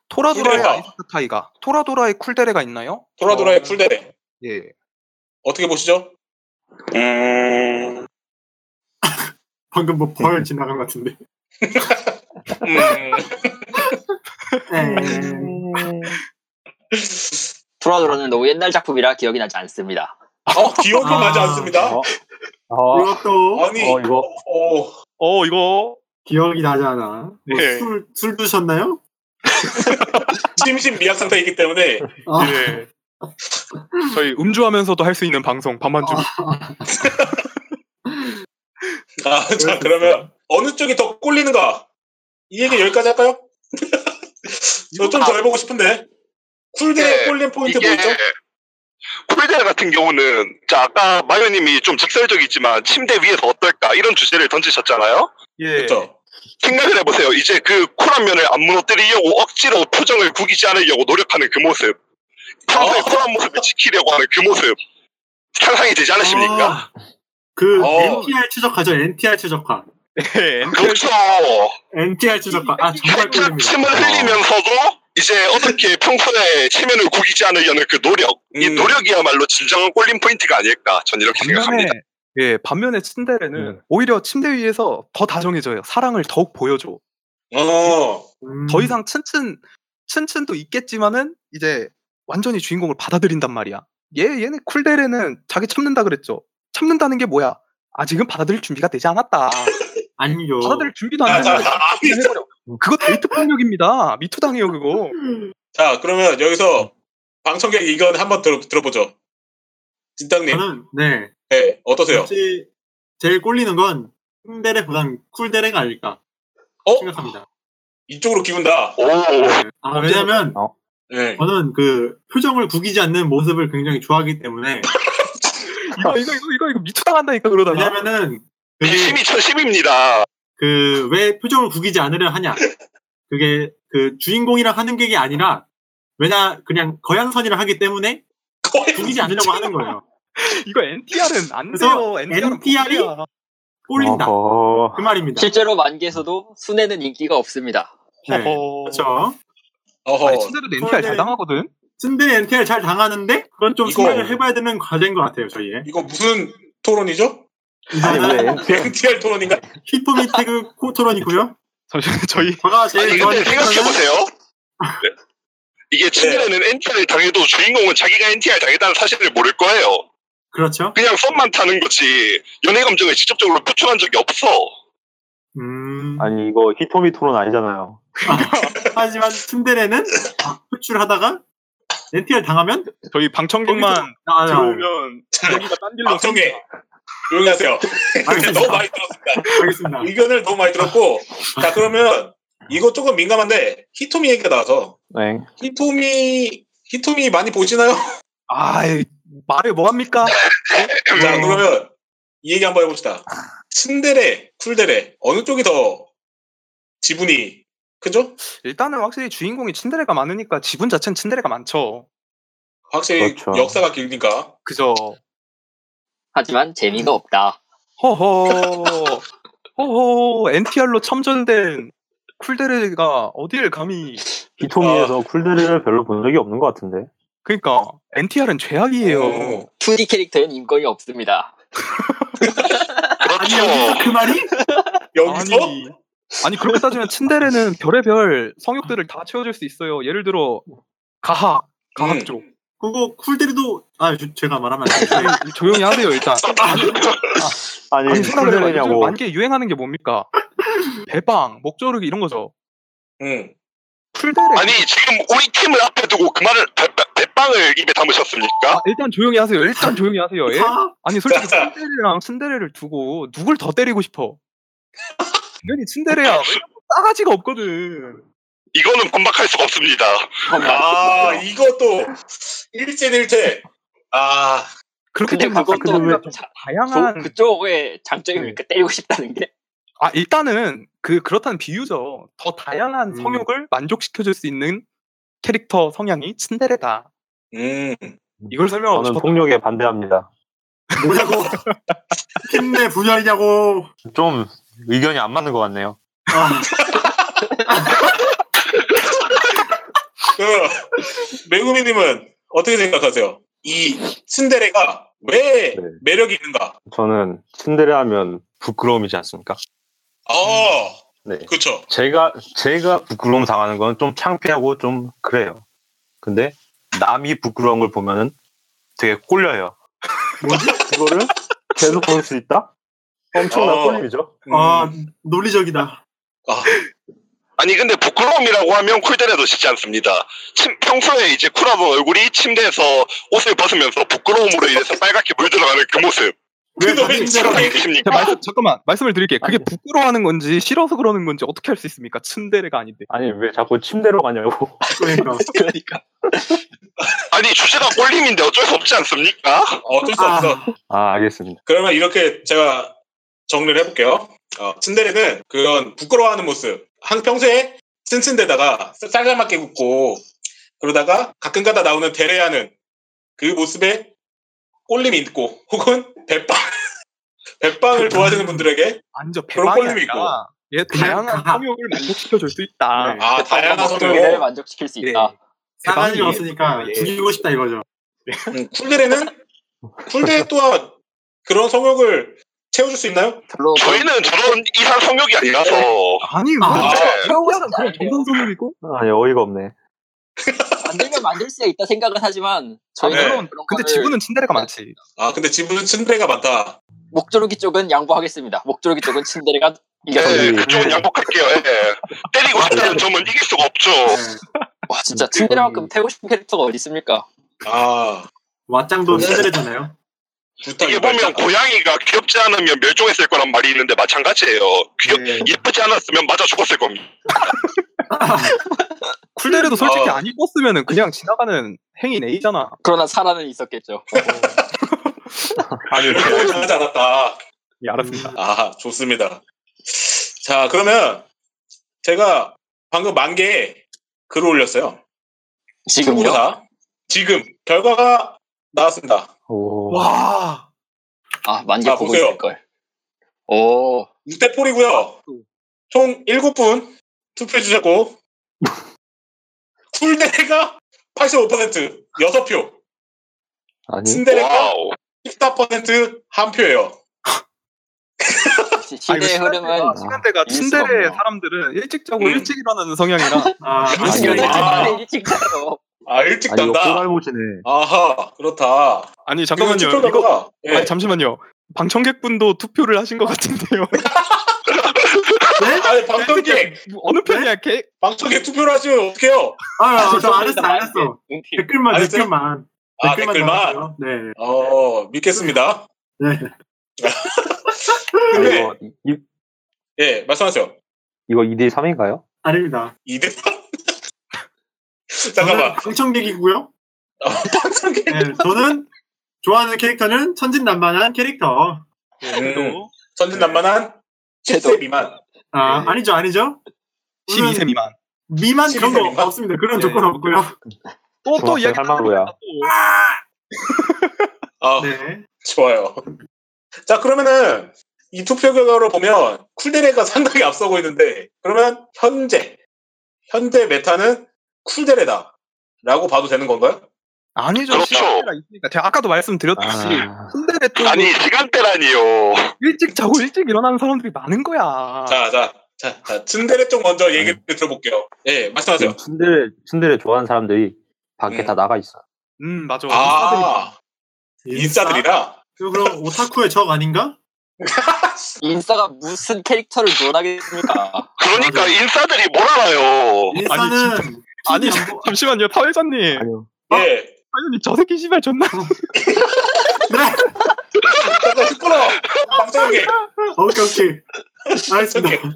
토라도라의 쿨데레가. 아이스타이가 토라도라의 쿨데레가 있나요? 어. 도라도라의 쿨 대례. 예. 어떻게 보시죠? 음... 방금 뭐 벌 지나간 것 같은데. 음. 돌아돌아는 네. 너무 옛날 작품이라 기억이 나지 않습니다. 어 기억이 나지 않습니다. 이것도 아니 어. 이거 어, 이거 기억이 나지 않아. 뭐 예. 술, 술 드셨나요? 심신 미약 상태이기 때문에 예. 저희 음주하면서도 할 수 있는 방송 밤만주. 아, 자 그러면 어느 쪽이 더 꼴리는가 이 얘기 여기까지 할까요? 저 좀 더 해보고 싶은데 쿨 대례 꼴린 포인트 네, 이게 뭐죠? 콜데레 같은 경우는 자 아까 마요님이 좀 직설적이지만 침대 위에서 어떨까 이런 주제를 던지셨잖아요. 예. 그렇죠? 생각을 해보세요. 이제 그 쿨한 면을 안 무너뜨리려고 억지로 표정을 구기지 않으려고 노력하는 그 모습. 평소에 쿨한 모습을 지키려고 하는 그 모습. 상상이 되지 아. 않으십니까? 그 어. NTR 최적화죠. NTR 최적화. 그렇죠. NTR 최적화. 아 정말 꿀입니다. 침을 흘리면서도 이제 어떻게 평소에 체면을 구기지 않으려는 그 노력. 이 노력이야말로 진정한 꼴린 포인트가 아닐까. 전 이렇게 생각합니다. 음. 반면에 예, 반면에 츤데레는 오히려 침대 위에서 더 다정해져요. 사랑을 더욱 보여줘. 네. 어. 음. 더 이상 츤츤 츤츤도 있겠지만은 이제 완전히 주인공을 받아들인단 말이야. 얘 얘네 쿨데레는 자기 참는다 그랬죠. 참는다는 게 뭐야? 아 지금 받아들일 준비가 되지 않았다. 아니요. 받아들일 준비도 안 자, 했는데 음. 그거 데이트 폭력입니다. 미투 당해요 그거. 자, 그러면 여기서 방청객 의견 한번 들어, 들어보죠. 진땅님. 네. 네, 어떠세요? 혹시 제일 꼴리는 건 츤데레보단 쿨데레가 아닐까 어? 생각합니다. 이쪽으로 기운다. 네. 오. 아, 왜냐면 저는 그 표정을 구기지 않는 모습을 굉장히 좋아하기 때문에 아, 이거 이거 이거 이거 이거 미투 당한다니까 그러다가. 아, 왜냐면은 심이 천심입니다. 그 왜 표정을 구기지 않으려 하냐? 그게 그 주인공이랑 하는 게 아니라 왜냐 그냥 거양선이랑 하기 때문에 구기지 않으려고 하는 거예요. 이거 NTR은 안 그래서 돼요. NTR이 꼴린다. 어, 뭐. 그 말입니다. 실제로 만기에서도 순애는 인기가 없습니다. 네. 그렇죠. 어. 아니, 츤데레도 NTR 잘 당하거든. 츤데레 NTR 잘 당하는데 그건 좀 이거- 생각을 해봐야 되는 과제인 것 같아요 저희의. 이거 무슨 토론이죠? 아니 왜? [LAUGHS] NTR 토론인가? 히토미 태그 코토론이고요. 잠시만요 저희. [LAUGHS] 제가 제일 아니 근데 좋아하는 생각해보세요. 네. 이게 친일에는 NTR 당해도 주인공은 자기가 NTR 당했다는 사실을 모를 거예요. 그렇죠. 그냥 썸만 타는 거지 연애 감정을 직접적으로 표출한 적이 없어. 아니 이거 히토미 토론 아니잖아요. 음. 하지만 츤데레는 막 표출하다가 렌티를 당하면 아, 저희 방청객만 들어오면 여기가 딴 길로 방청객 조용히 하세요. 너무 많이 들었습니다. 알겠습니다. 의견을 너무 많이 들었고 자 그러면 이거 조금 민감한데 히토미 얘기가 나와서 네. 히토미 히토미 많이 보시나요? [LAUGHS] 아 말을 뭐 합니까? 자 그러면 이 얘기 한번 해봅시다. 츤데레 쿨데레 어느 쪽이 더 지분이 크죠? 일단은 확실히 주인공이 친데레가 많으니까 지분 자체는 친데레가 많죠. 확실히 그렇죠. 역사가 길니까. 그죠. 하지만 재미가 없다. 허허. 허허. NTR로 첨전된 쿨데레가 어딜 감히 히토미에서 쿨데레를 별로 본 적이 없는 것 같은데. 그러니까 NTR은 죄악이에요. 어. 어, 2D 캐릭터엔 인권이 없습니다. 그렇죠. 아니 여기서 그 말이? 여기서? 아니, 아니, 그렇게 따지면 친데레는 별의별 성욕들을 다 채워줄 수 있어요. 예를 들어 가하, 가학 쪽. 그거 쿨데레도 아 주- 제가 말하면 안 돼요. 조용히 하세요 일단. 생각을 해봐. 아니, 요즘 쿨데레냐고. 만기에 유행하는 게 뭡니까? 배방, 목조르기 이런 거죠. 응. 풀데레. 아니 지금 우리 팀을 앞에 두고 그 말을 배, 빵을 입에 담으셨습니까? 아, 일단 조용히 하세요. 일단 조용히 하세요. 예? 아. 아니 솔직히 츤데레랑 츤데레를 두고 누굴 더 때리고 싶어? 당연히 츤데레야. 왜냐면 싸가지가 없거든. 이거는 반박할 수가 없습니다. 아 이것도 일제일퇴. 아 그렇게 근데 때문에 그것도 그거는 좀 좀 네. 자- 다양한- 조- 그쪽의 장점이 니까 때리고 싶다는 게 아 일단은 그 그렇다는 비유죠. 더 다양한 성욕을 만족시켜줄 수 있는 캐릭터 성향이 츤데레다. 음. 이걸 설명하고 저는 폭력에 반대합니다. 뭐라고? 팀내 분열이냐고. 좀 의견이 안 맞는 것 같네요. 아. 그 매구미님은 어떻게 생각하세요? 이 츤데레가 왜 매력이 있는가? 저는 츤데레 하면 부끄러움이지 않습니까? 어, 네. 그렇죠. 제가 제가 부끄러움 당하는 건 좀 창피하고 좀 그래요. 근데 남이 부끄러운 걸 보면은 되게 꼴려요. 뭐지? 그거를 계속 볼 수 있다? 엄청난 어. 음. 꼴림이죠. 음. 아 논리적이다. 아니 근데 부끄러움이라고 하면 쿨데레도 쉽지 않습니다. 침- 평소에 이제 쿨하던 얼굴이 침대에서 옷을 벗으면서 부끄러움으로 인해서 빨갛게 물들어가는 그 모습. 네. 왜 제가 말씀- 잠깐만 말씀을 드릴게요. 그게 부끄러워하는 건지 싫어서 그러는 건지 어떻게 할 수 있습니까? 츤데레가 아닌데. 아니 왜 자꾸 침대로 가냐고. 그러니까. 그러니까. 아니 주제가 꼴림인데 어쩔 수 없지 않습니까? 어쩔 수 없어. 아 알겠습니다. 그러면 이렇게 제가 정리를 해볼게요. 어, 츤데레는 그런 부끄러워하는 모습. 한 평소에 츤츤대다가 쌀쌀맞게 굽고 그러다가 가끔가다 나오는 데레하는 그 모습에 꼴림이 있고 혹은 [LAUGHS] 배빵 배빵을 좋아하시는 분들에게 완전 그런 배방이 꼴림이 있고 아니라 얘 다양한 성욕을 만족시켜줄 수 있다. 예. 아, 다양한 성욕. 성욕을 만족시킬 수 있다. 네. 싸가지 없으니까 예. 죽이고 싶다 이거죠. 음, 쿨데레는 쿨데레 또한 그런 성욕을 채워줄 수 있나요? 뭐 저희는 저런 이상 성욕이 아니라서 네. 아니 아, 그런 그런 정상 성욕이고. 아니 어이가 없네. 만들면 만들 수 있다 생각은 하지만 저희는 네. 그런 근데 거를 지분은 츤데레가 많지. 아 근데 지분은 츤데레가 많다. 목조르기 쪽은 양보하겠습니다. 목조르기 쪽은 침대가 네. 예, 이겼습니다. 그쪽은 양복할게요. 예. 때리고 싶다는 점은 이길 수가 없죠. 예. 와 진짜 네. 침대만큼 패고 싶은 캐릭터가 어디 있습니까? 아 어. 왓짱도 츤데레잖아요. 이게 보면 고양이가 귀엽지 않으면 멸종했을 거란 말이 있는데 마찬가지예요. 음. 귀엽, 예쁘지 않았으면 맞아 죽었을 겁니다. 쿨데레도 솔직히 어. 안 입었으면은 그냥 지나가는 행인 A잖아. 그러나 사라는 있었겠죠. 아니 하지 않았다. 예, 알았습니다. 아 좋습니다. 자 그러면 제가 방금 만개에 글을 올렸어요. 지금요? 참고사. 지금 결과가 나왔습니다. 와. 아 만개 자, 보고 보세요. 있을 걸. 오. 6대 폴이고요. 총 7분 투표해 주셨고 쿨데레가 85% 6표 아니. 츤데레가 14% 한 표예요. 아, 이거 시대의 흐름은 시간대가 이길 수가 츤데레 없네요. [LAUGHS] 사람들은 일찍 자고 일찍 일어나는 성향이라. 아, 아, 아, 시간대 아, 일찍 자요. 아 일찍 아니, 이거 간다. 꼬갈못이네. 아하 그렇다. 아니 잠깐만요. 그러면 투표 결과가, 예. 아니, 잠시만요. 방청객분도 투표를 하신 것 같은데요. 예. 아니 방청객 어느 편이야? 네? 개... 방청객 투표를 하시면 어떡해요? 아, 저 안 했어, 안 했어. 댓글만, 안 했어요? 댓글만. 아 댓글만. 달아주세요. 네. 어 믿겠습니다. 네. 근데 이거, 이, 예 말씀하세요. 이거 2대 3인가요? 아닙니다. 2대 [LAUGHS] 잠깐만. 저는 방청객이고요. 방청객. [LAUGHS] 네, 저는 좋아하는 캐릭터는 천진난만한 캐릭터. 음, 선진난만한 10세 미만. 네. 아, 아니죠, 아니죠. 12세 미만. 미만 그런 거 12세 미만? 없습니다. 그런 네. 조건 없고요. 또, 또 이야기. 할망구야. 아 네. 좋아요. 자 그러면은 이 투표 결과로 보면 쿨데레가 상당히 앞서고 있는데 그러면 현재 현재 메타는 쿨데레다라고 봐도 되는 건가요? 아니죠. 그렇죠. 시간대가 있으니까. 제가 아까도 말씀드렸듯이 아. 순대대 또 아니 시간대라니요. 일찍 자고 일찍 일어나는 사람들이 많은 거야. 자, 자, 자, 자, 츤데레 쪽 먼저 얘기를 들어볼게요. 예, 말씀하세요. 지금 츤데레, 츤데레 좋아하는 사람들이 밖에 음. 다 나가 있어. 음 맞아. 아, 인싸들이라? 저 그럼 오타쿠의 적 아닌가? 인싸가 무슨 캐릭터를 논하겠습니까? 그러니까 맞아요. 인싸들이 뭘 어, 알아요. 인싸는 아니 아니, 잠- 잠시만요. 타회사님. 아니요. 예. 타회사님 저 새끼 씨발 존나. 잠깐 시끄러워! 방송객! 아, 오케이 [LAUGHS] 오케이. 알겠습니다.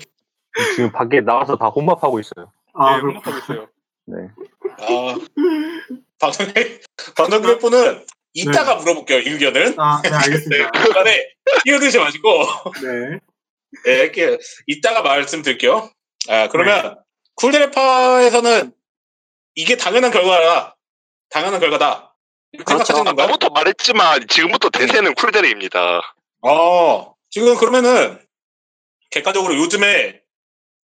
지금 밖에 나와서 다 혼밥하고 있어요. 아, 네, 그럼 응답하고 있어요. 아, 방송객, 방송객 분은 이따가 물어볼게요, 의견은. 아, 네, 네, 알겠습니다. 중간에 끼어들지 마시고, 네. 예, 이렇게, 이따가 말씀드릴게요. 아, 그러면, 쿨데레파에서는 이게 당연한 결과라, 당연한 결과다. 이렇게 그렇죠. 생각하시는 건가요? 아까부터 말했지만 지금부터 대세는 쿨데레입니다. 어, 지금 그러면은, 객관적으로 요즘에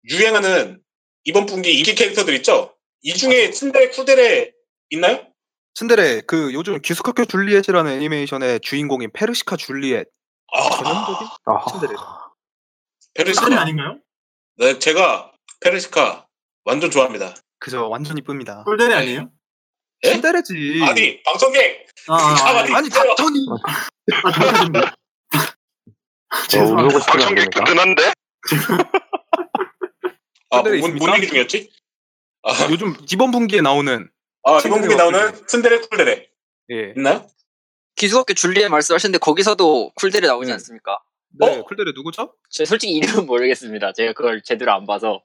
유행하는 이번 분기 인기 캐릭터들 있죠? 이 중에 츤데레 쿠데레 있나요? 순대래 그 요즘 기숙학교 줄리엣이라는 애니메이션의 주인공인 페르시카 줄리엣 아, 전형적인 아, 순대래. 사이 페르시카. 아닌가요? 네, 제가 페르시카 완전 좋아합니다. 그죠 완전 이쁩니다. 꿀대리 아니에요? 에? 순대래지. 아니, 방청객! 아, 아, 가만히 아니 있어요. 작전이 아, 죄송합니다. 어, 죄송합니다. 울고 싶으면 안 방청객 됩니까? 든든한데? 아, 츤데레 뭔, 뭔 있습니까? 얘기 중이었지? 아, 요즘 이번 분기에 나오는 아, 츤데레 이번 분기 나오는 츤데레 쿠데레 예. 있나요? 기숙학교 줄리엣 말씀하셨는데 거기서도 쿨데레 나오지 네. 않습니까? 네, 쿨데레 누구죠? 제 솔직히 이름은 모르겠습니다. 제가 그걸 제대로 안 봐서.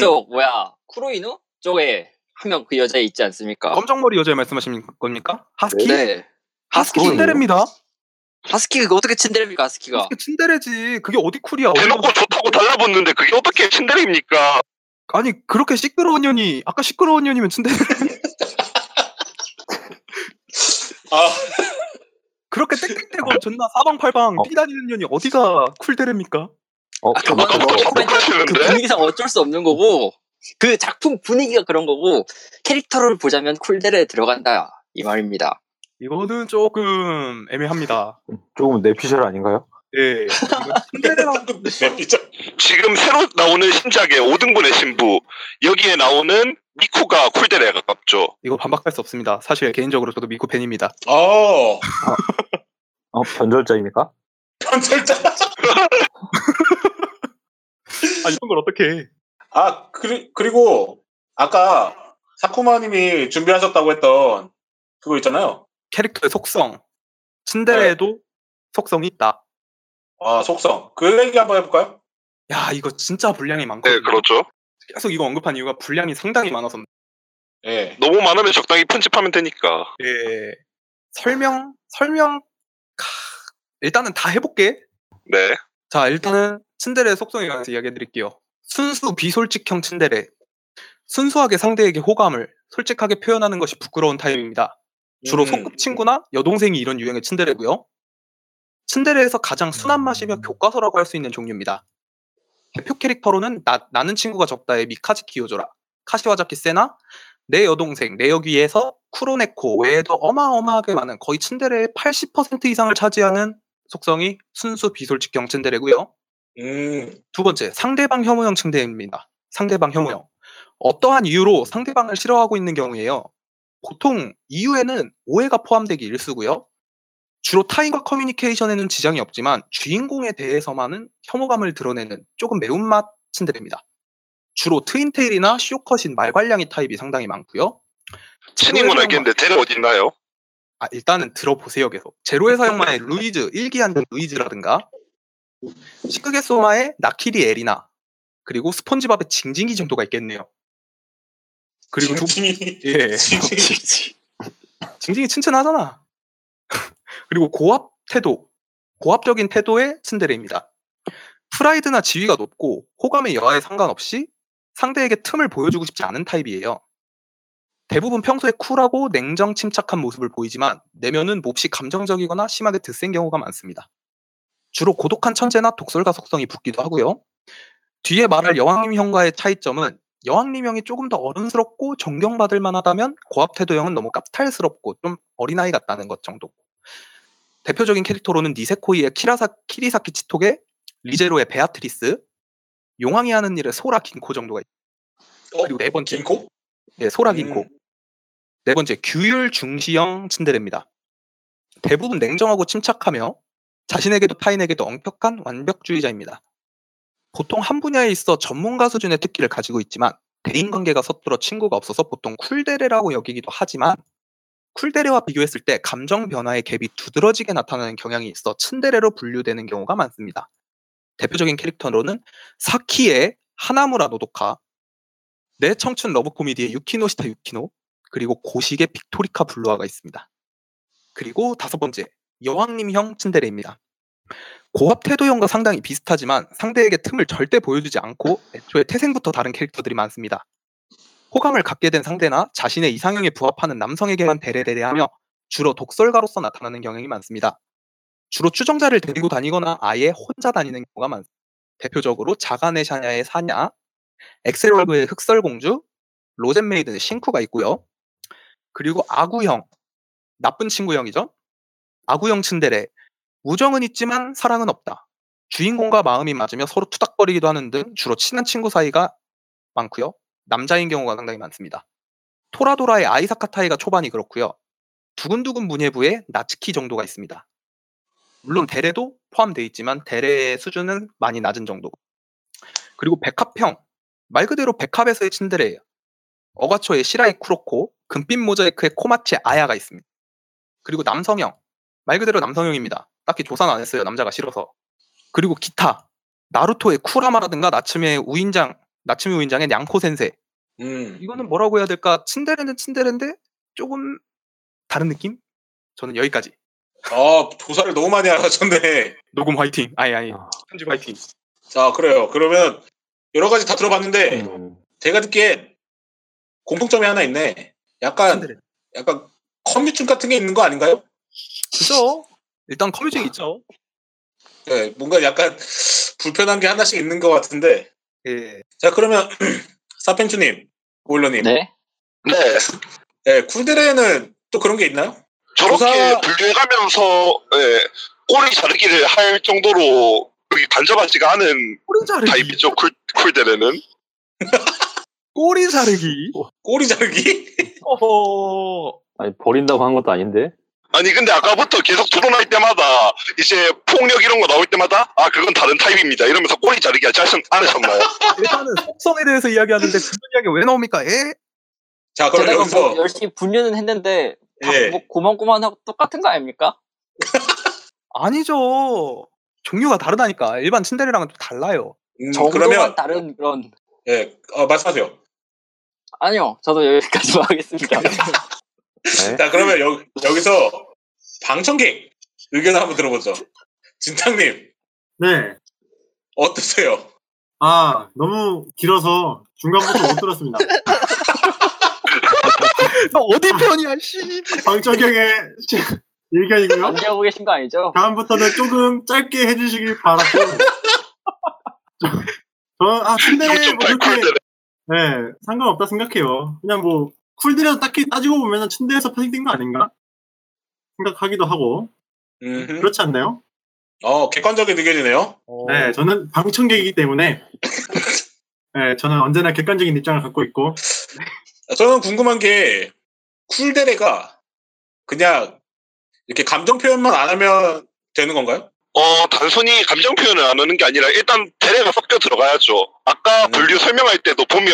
그쪽 뭐야 쿠로이누 쪽에 한 명 그 여자 있지 않습니까? 검정머리 여자 말씀하시는 겁니까? 하스키? 네. 하스키 하스키. 츤데레입니다. 하스키 그거 어떻게 친데레입니까 하스키가? 하스키 츤데레지. 그게 어디 쿨이야? 어디 대놓고 좋다고 달라붙는데 그게 어떻게 츤데레입니까? 아니 그렇게 시끄러운 년이 아까 시끄러운 [LAUGHS] 년이면 츤데레 아, 그렇게 땡땡대고 존나 사방팔방 어. 삐다니는 년이 어디가 쿨데레입니까? 어, 아 그건 아까부터 뭐 자꾸 그 하시는데? 분위기상 어쩔 수 없는 거고 그 작품 분위기가 그런 거고 캐릭터를 보자면 쿨데레에 들어간다 이 말입니다. 이거는 조금 애매합니다. 조금 내피셜 아닌가요? 예. 츤데레랑 네, 진짜. 지금 새로 나오는 신작의 5등분의 신부 여기에 나오는 미코가 쿨데레에 가깝죠. [LAUGHS] 이거 반박할 수 없습니다. 사실 개인적으로 저도 미코 팬입니다. 어, 어, 변절자입니까? 편설자. 아 이런 걸 어떻게 해? 아, 그리, 그리고 아까 사쿠마님이 준비하셨다고 했던 그거 있잖아요. 캐릭터의 속성. 츤데레에도 네. 속성이 있다. 아, 속성. 그 얘기 한번 해볼까요? 야 이거 진짜 분량이 많거든요. 네, 그렇죠. 계속 이거 언급한 이유가 분량이 상당히 많아서 예. 너무 많으면 적당히 편집하면 되니까. 예. 설명 설명 캬, 일단은 다 해볼게. 네. 자, 일단은 츤데레 속성에 관해서 이야기해드릴게요. 순수 비솔직형 츤데레. 순수하게 상대에게 호감을 솔직하게 표현하는 것이 부끄러운 타입입니다. 주로 음. 소꿉친구나 여동생이 이런 유형의 츤데레고요. 츤데레에서 가장 순한 맛이며 교과서라고 할 수 있는 종류입니다. 대표 캐릭터로는 나, 나는 친구가 적다의 미카지 키요조라, 카시와자키 세나, 내 여동생, 내 여기에서 쿠로네코 외에도 어마어마하게 많은 거의 츤데레의 80% 이상을 차지하는 속성이 순수 비솔직형 츤데레고요. 음, 두 번째, 상대방 혐오형 츤데레입니다. 상대방 혐오형. 어떠한 이유로 상대방을 싫어하고 있는 경우에요. 보통 이유에는 오해가 포함되기 일쑤고요. 주로 타인과 커뮤니케이션에는 지장이 없지만 주인공에 대해서만은 혐오감을 드러내는 조금 매운맛 친데레입니다. 주로 트윈테일이나 쇼컷인 말괄량이 타입이 상당히 많고요. 신임은 알겠는데 대략 어디 있나요? 아, 일단은 들어보세요, 계속. 제로의 사용마의 루이즈, 일기한전 루이즈라든가, 시크게 소마의 나키리 에리나, 그리고 스폰지밥의 징징이 정도가 있겠네요. 그리고 두, 징징이. 예. 징징이 튼튼하잖아. [LAUGHS] 그리고 고압 태도, 고압적인 태도의 츤데레입니다. 프라이드나 지위가 높고 호감의 여하에 상관없이 상대에게 틈을 보여주고 싶지 않은 타입이에요. 대부분 평소에 쿨하고 냉정 침착한 모습을 보이지만 내면은 몹시 감정적이거나 심하게 드센 경우가 많습니다. 주로 고독한 천재나 독설가 속성이 붙기도 하고요. 뒤에 말할 여왕님 형과의 차이점은 여왕님 형이 조금 더 어른스럽고 존경받을 만하다면 고압태도 형은 너무 깝탈스럽고 좀 어린아이 같다는 것 정도. 대표적인 캐릭터로는 니세코이의 키라사, 키리사키 치토게, 리제로의 베아트리스, 용왕이 하는 일의 소라 긴코 정도가 있 그리고 네 번째. 긴코? 예, 소라 긴코. 네 번째, 규율 중시형 츤데레입니다. 대부분 냉정하고 침착하며 자신에게도 타인에게도 엄격한 완벽주의자입니다. 보통 한 분야에 있어 전문가 수준의 특기를 가지고 있지만 대인관계가 서툴어 친구가 없어서 보통 쿨데레라고 여기기도 하지만 쿨데레와 비교했을 때 감정 변화의 갭이 두드러지게 나타나는 경향이 있어 츤데레로 분류되는 경우가 많습니다. 대표적인 캐릭터로는 사키의 하나무라 노도카, 내 청춘 러브 코미디의 유키노시타 유키노, 그리고 고식의 빅토리카 블루아가 있습니다. 그리고 다섯 번째, 여왕님형 츤데레입니다. 고압 태도형과 상당히 비슷하지만 상대에게 틈을 절대 보여주지 않고 애초에 태생부터 다른 캐릭터들이 많습니다. 호감을 갖게 된 상대나 자신의 이상형에 부합하는 남성에게만 대레대레하며 주로 독설가로서 나타나는 경향이 많습니다. 주로 추정자를 데리고 다니거나 아예 혼자 다니는 경우가 많습니다. 대표적으로 자간의 샤냐의 사냐, 엑셀월브의 흑설공주, 로젠메이드의 싱크가 있고요. 그리고 아구형, 나쁜 친구형이죠. 아구형 츤데레, 우정은 있지만 사랑은 없다. 주인공과 마음이 맞으며 서로 투닥거리기도 하는 등 주로 친한 친구 사이가 많고요. 남자인 경우가 상당히 많습니다. 토라도라의 아이사카타이가 초반이 그렇고요. 두근두근 문예부의 나츠키 정도가 있습니다. 물론 대레도 포함되어 있지만 대레의 수준은 많이 낮은 정도. 그리고 백합형 말 그대로 백합에서의 츤데레예요. 어가초의 시라이 쿠로코, 금빛 모자이크의 코마치 아야가 있습니다. 그리고 남성형 말 그대로 남성형입니다. 딱히 조사는 안 했어요. 남자가 싫어서. 그리고 기타. 나루토의 쿠라마라든가 나츠미의 우인장, 나츠미 우인장의 냥코 센세. 음. 이거는 뭐라고 해야 될까? 츤데레는 츤데레인데 조금 다른 느낌? 저는 여기까지. 아, 조사를 너무 많이 안 하셨네. 녹음 화이팅. 아니 네. 어. 아니. 편집 화이팅. 자, 그래요. 그러면 여러 가지 다 들어봤는데 음. 음. 제가 듣기에 공통점이 하나 있네. 약간 츤데레. 약간 커뮤증 같은 게 있는 거 아닌가요? 그죠? 일단 아. 커뮤징 있죠. 네, 뭔가 약간 불편한 게 하나씩 있는 것 같은데. 예. 자, 그러면 [CLEARS THROAT] 사펜추님, 고일러님, 네. 네. 네, 쿨데레는 또 그런 게 있나요? 저렇게 조사- 분류해가면서 예, 꼬리 자르기를 할 정도로 여기 간접하지가 않은 꼬리 자르기. 타입이죠 쿨, 쿨데레는 꼬리 자르기. 꼬리 자르기? [LAUGHS] 어허. 아니 버린다고 한 것도 아닌데 아니 근데 아까부터 계속 토론할 때마다 이제 폭력 이런 거 나올 때마다 아 그건 다른 타입입니다 이러면서 꼬리 자르기 하지 않으셨- 않으셨나요? 일단은 속성에 대해서 이야기하는데 그 이야기 왜 나옵니까? 예? 자, 그럼 제가 여기서 뭐 열심히 분류는 했는데 다 예. 뭐 고만고만하고 똑같은 거 아닙니까? 아니죠. 종류가 다르다니까. 일반 츤데레랑은 좀 달라요. 음, 정도만 그러면 다른 그런 예, 어, 말씀하세요. 아니요. 저도 여기까지만 [LAUGHS] [LAUGHS] 하겠습니다. 네? 자, 그러면 여, 여기서 방청객 의견을 한번 들어보죠. 진탕님 네. 어떠세요? 아, 너무 길어서 중간부터 못 들었습니다. 너 어디 편이야, 씨. 방청객의 의견이고요. 안되고 계신 거 아니죠? 다음부터는 조금 짧게 해주시길 바라고. 저는 아 네, 츤데레 뭐 좀 그렇게 쿨데레 네, 상관없다 생각해요. 그냥 뭐, 쿨들에서 딱히 따지고 보면 침대에서 편입된 거 아닌가? 생각하기도 하고. 음, 그렇지 않나요? 어, 객관적인 의견이네요. 어, 어. 네, 저는 방청객이기 때문에. 네, 저는 언제나 객관적인 입장을 갖고 있고. 저는 궁금한 게 쿨데레가 그냥 이렇게 감정 표현만 안 하면 되는 건가요? 어, 단순히 감정 표현을 안 하는 게 아니라 일단 대례가 섞여 들어가야죠. 음. 아까 분류 설명할 때도 보면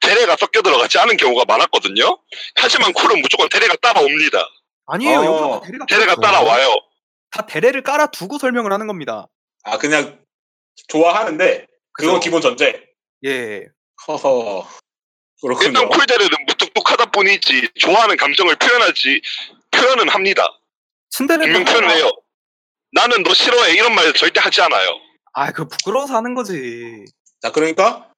대례가 섞여 들어가지 않은 경우가 많았거든요. 하지만 쿨은 무조건 대례가 따라옵니다. 아니에요. 어, 여기서 다 대례가, 대례가 깔아줘요. 따라와요. 다 대례를 깔아 두고 설명을 하는 겁니다. 아 그냥 좋아하는데 그건 그죠. 기본 전제. 예. 허허 그렇군요. 일단 쿨 대례는 무뚝뚝하다 뿐이지 좋아하는 감정을 표현하지 표현은 합니다. 츤데레 분명 표현을 해요. 나는 너 싫어해 이런 말 절대 하지 않아요. 네. 아, 그 부끄러워서 하는 거지. 자 그러니까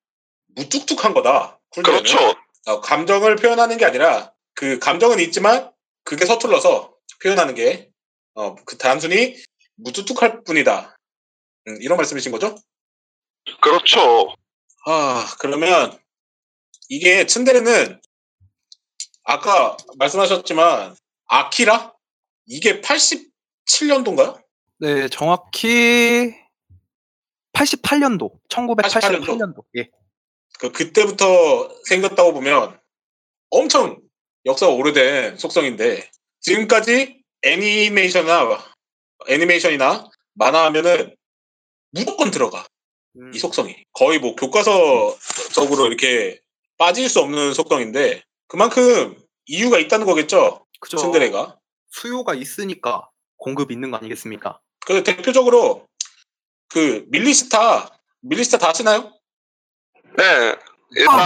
무뚝뚝한 거다. 쿨데레는. 그렇죠. 어, 감정을 표현하는 게 아니라 그 감정은 있지만 그게 서툴러서 표현하는 게 어, 그 단순히 무뚝뚝할 뿐이다. 음, 이런 말씀이신 거죠? 그렇죠. 아 그러면 이게 츤데레는 아까 말씀하셨지만 아키라 이게 87년도인가요? 네, 정확히 88년도, 1988년도. 예. 그 그때부터 생겼다고 보면 엄청 역사가 오래된 속성인데 지금까지 애니메이션이나 애니메이션이나 만화하면은 무조건 들어가 음. 이 속성이 거의 뭐 교과서적으로 이렇게 빠질 수 없는 속성인데 그만큼 이유가 있다는 거겠죠 그죠. 츤데레가 수요가 있으니까 공급 있는 거 아니겠습니까? 그래서 대표적으로 그 밀리스타 밀리스타 다 아시나요? 네. 아.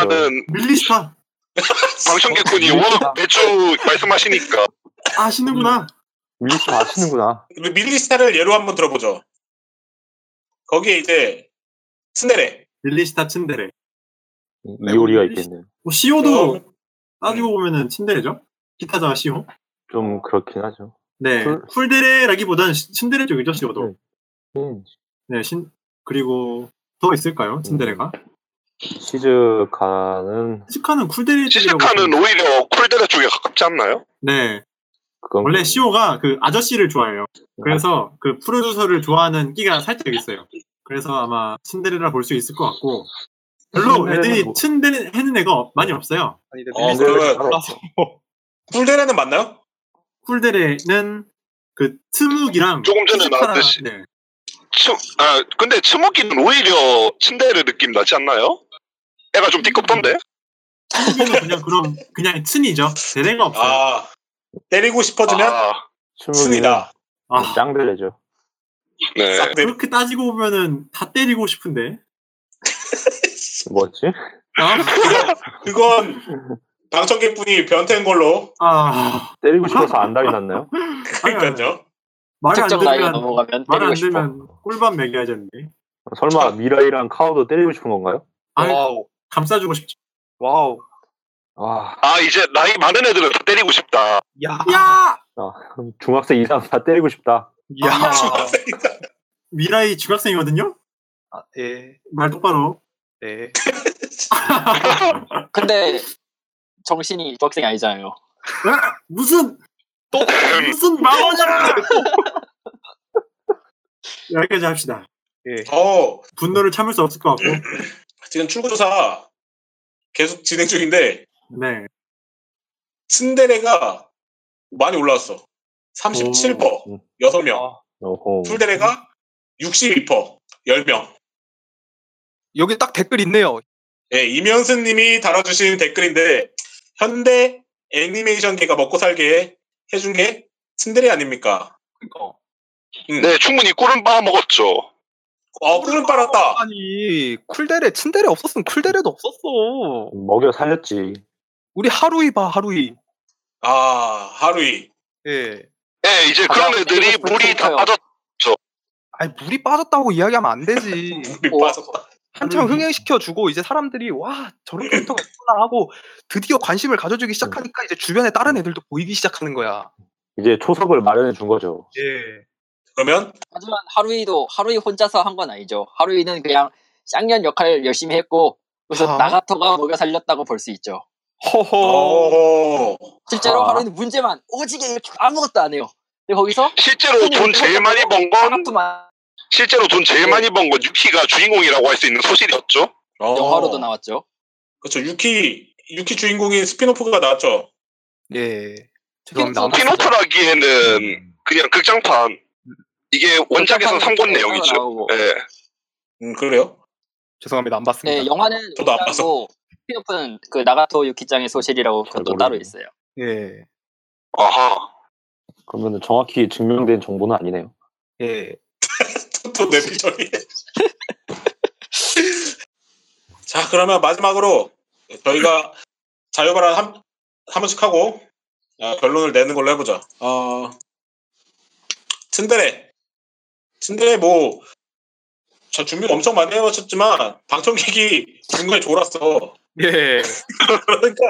일단은 밀리스타 방청객분이 어, 워낙 매주 [LAUGHS] 말씀하시니까 음. 아시는구나. 미스 아시는구나. 그 밀리스타를 예로 한번 들어보죠 거기에 이제 츤데레 밀리스타 츤데레. 이오리가 있겠네요. 뭐 시오도 네. 따지고 보면은 츤데레죠. 기타자 시오. 좀 그렇긴 하죠. 네. 쿨- 쿨데레라기보다는 시- 츤데레 쪽이죠 시오도. 음, 네. 신 그리고 더 있을까요? 츤데레가? 음. 시즈카는 시카는 쿨데레 쪽이라고. 시스카는 오히려 쿨데레 쪽에 가깝지 않나요? 네. 그건 음. 원래 시오가 그 아저씨를 좋아해요. 네. 그래서 그 프로듀서를 좋아하는 끼가 살짝 있어요. 그래서 아마 츤데레라 볼 수 있을 것 같고 별로 애들이 뭐- 츤데레 해는 애가 많이 없어요. 아니, 근데 어, 밀리스타 그러면- 몰라서. 꿀데레는 맞나요? 쿨데레는 그 트묵이랑 조금 전에 피지카랑- 나왔듯이. 네. 츠, 아, 근데 츠모기는 오히려 츤데레 느낌 나지 않나요? 애가 좀 띠껍던데? 트묵은 그냥 그럼 그냥 츤이죠. 데레가 없어요. 아 때리고 싶어지면 아, 춤이다. 승이다. 아, 짱들레죠. 네. 싹 때리- 그렇게 따지고 보면은 다 때리고 싶은데. 뭐지? 아, [LAUGHS] 그건 방청객분이 변태인 걸로 아 때리고 싶어서 안달이 났나요? 그러니까요. 말안 특정 나이가 들면 넘어가면 말 안 때리고 싶어. 들면 꿀밤 먹여야 되는데. 설마 미라이랑 카오도 때리고 싶은 건가요? 아, 와우. 감싸주고 싶죠. 와우. 아, 아, 이제 나이 많은 애들은 다 때리고 싶다. 야. 아. 야! 중학생 이상 다 때리고 아. 싶다. [LAUGHS] 야. 미라이 중학생이거든요? 아, 예. 말 똑바로. 네. 근데 정신이 유학생이 아니잖아요. 아, 무슨 [LAUGHS] 무슨 망언이야! 여기까지 합시다. 예. 더 분노를 참을 수 없을 것 같고. 어, 지금 출구조사 계속 진행 중인데 네. 츤데레가 많이 올라왔어. 37퍼 음. 6명. 어허. 풀데레가 62퍼 10명. 여기 딱 댓글 있네요. 예, 이명승 님이 달아주신 댓글인데 현대 애니메이션계가 먹고 살게 해준 게 츤데레 아닙니까? 그러니까. 네, 충분히 꿀은 빠먹었죠. 어, 꿀은 빨았다. 아니, 쿨데레, 츤데레 없었으면 쿨데레도 없었어. 음, 먹여 살렸지. 우리 하루이 봐, 하루이. 아, 하루이. [LAUGHS] 예. 네, 이제 아, 그런 나 애들이 때리고 물이 다 싶어요. 빠져. 아니, 물이 빠졌다고 이야기하면 안 되지. 물이 빠졌다. 한참 하루이. 흥행시켜주고, 이제 사람들이, 와, 저런 캐릭터가 있구나 하고, 드디어 관심을 가져주기 시작하니까, 이제 주변에 다른 애들도 보이기 시작하는 거야. 이제 초석을 마련해 준 거죠. 예. 그러면 하지만 하루이도 하루이 혼자서 한 건 아니죠. 하루이는 그냥 쌍년 역할을 열심히 했고 그래서 아. 나가토가 먹여 살렸다고 볼 수 있죠. 허허. 어... 실제로 아. 하루이는 문제만 오지게 이렇게 아무것도 안 해요. 근데 거기서 실제로 그 돈 제일 많이 번 건, 나가토만 실제로 돈 제일 네. 많이 번 건 유키가 주인공이라고 할 수 있는 소실이었죠. 어. 영화로도 나왔죠. 그렇죠. 유키 유키 주인공인 스피노프가 나왔죠. 예. 음. 피노프라기에는 그냥 극장판 이게 원작에서 극장판으로 상권 또 내용이죠. 나오고. 예. 음 그래요? 죄송합니다. 안 봤습니다. 네, 영화는 저도 안 원작이고 피노프는 그 나가토 유키짱의 소실이라고 그것도 따로 있어요. 예. 아하. 그러면 정확히 증명된 정보는 아니네요. 예. 또 내비적이. 자 그러면 마지막으로 저희가 자유발언 한, 한 번씩 하고 어, 결론을 내는 걸로 해보죠. 어 츤데레 츤데레 뭐저 준비 엄청 많이 해봤었지만 방청객이 중간에 졸았어. 예. [LAUGHS] 그러니까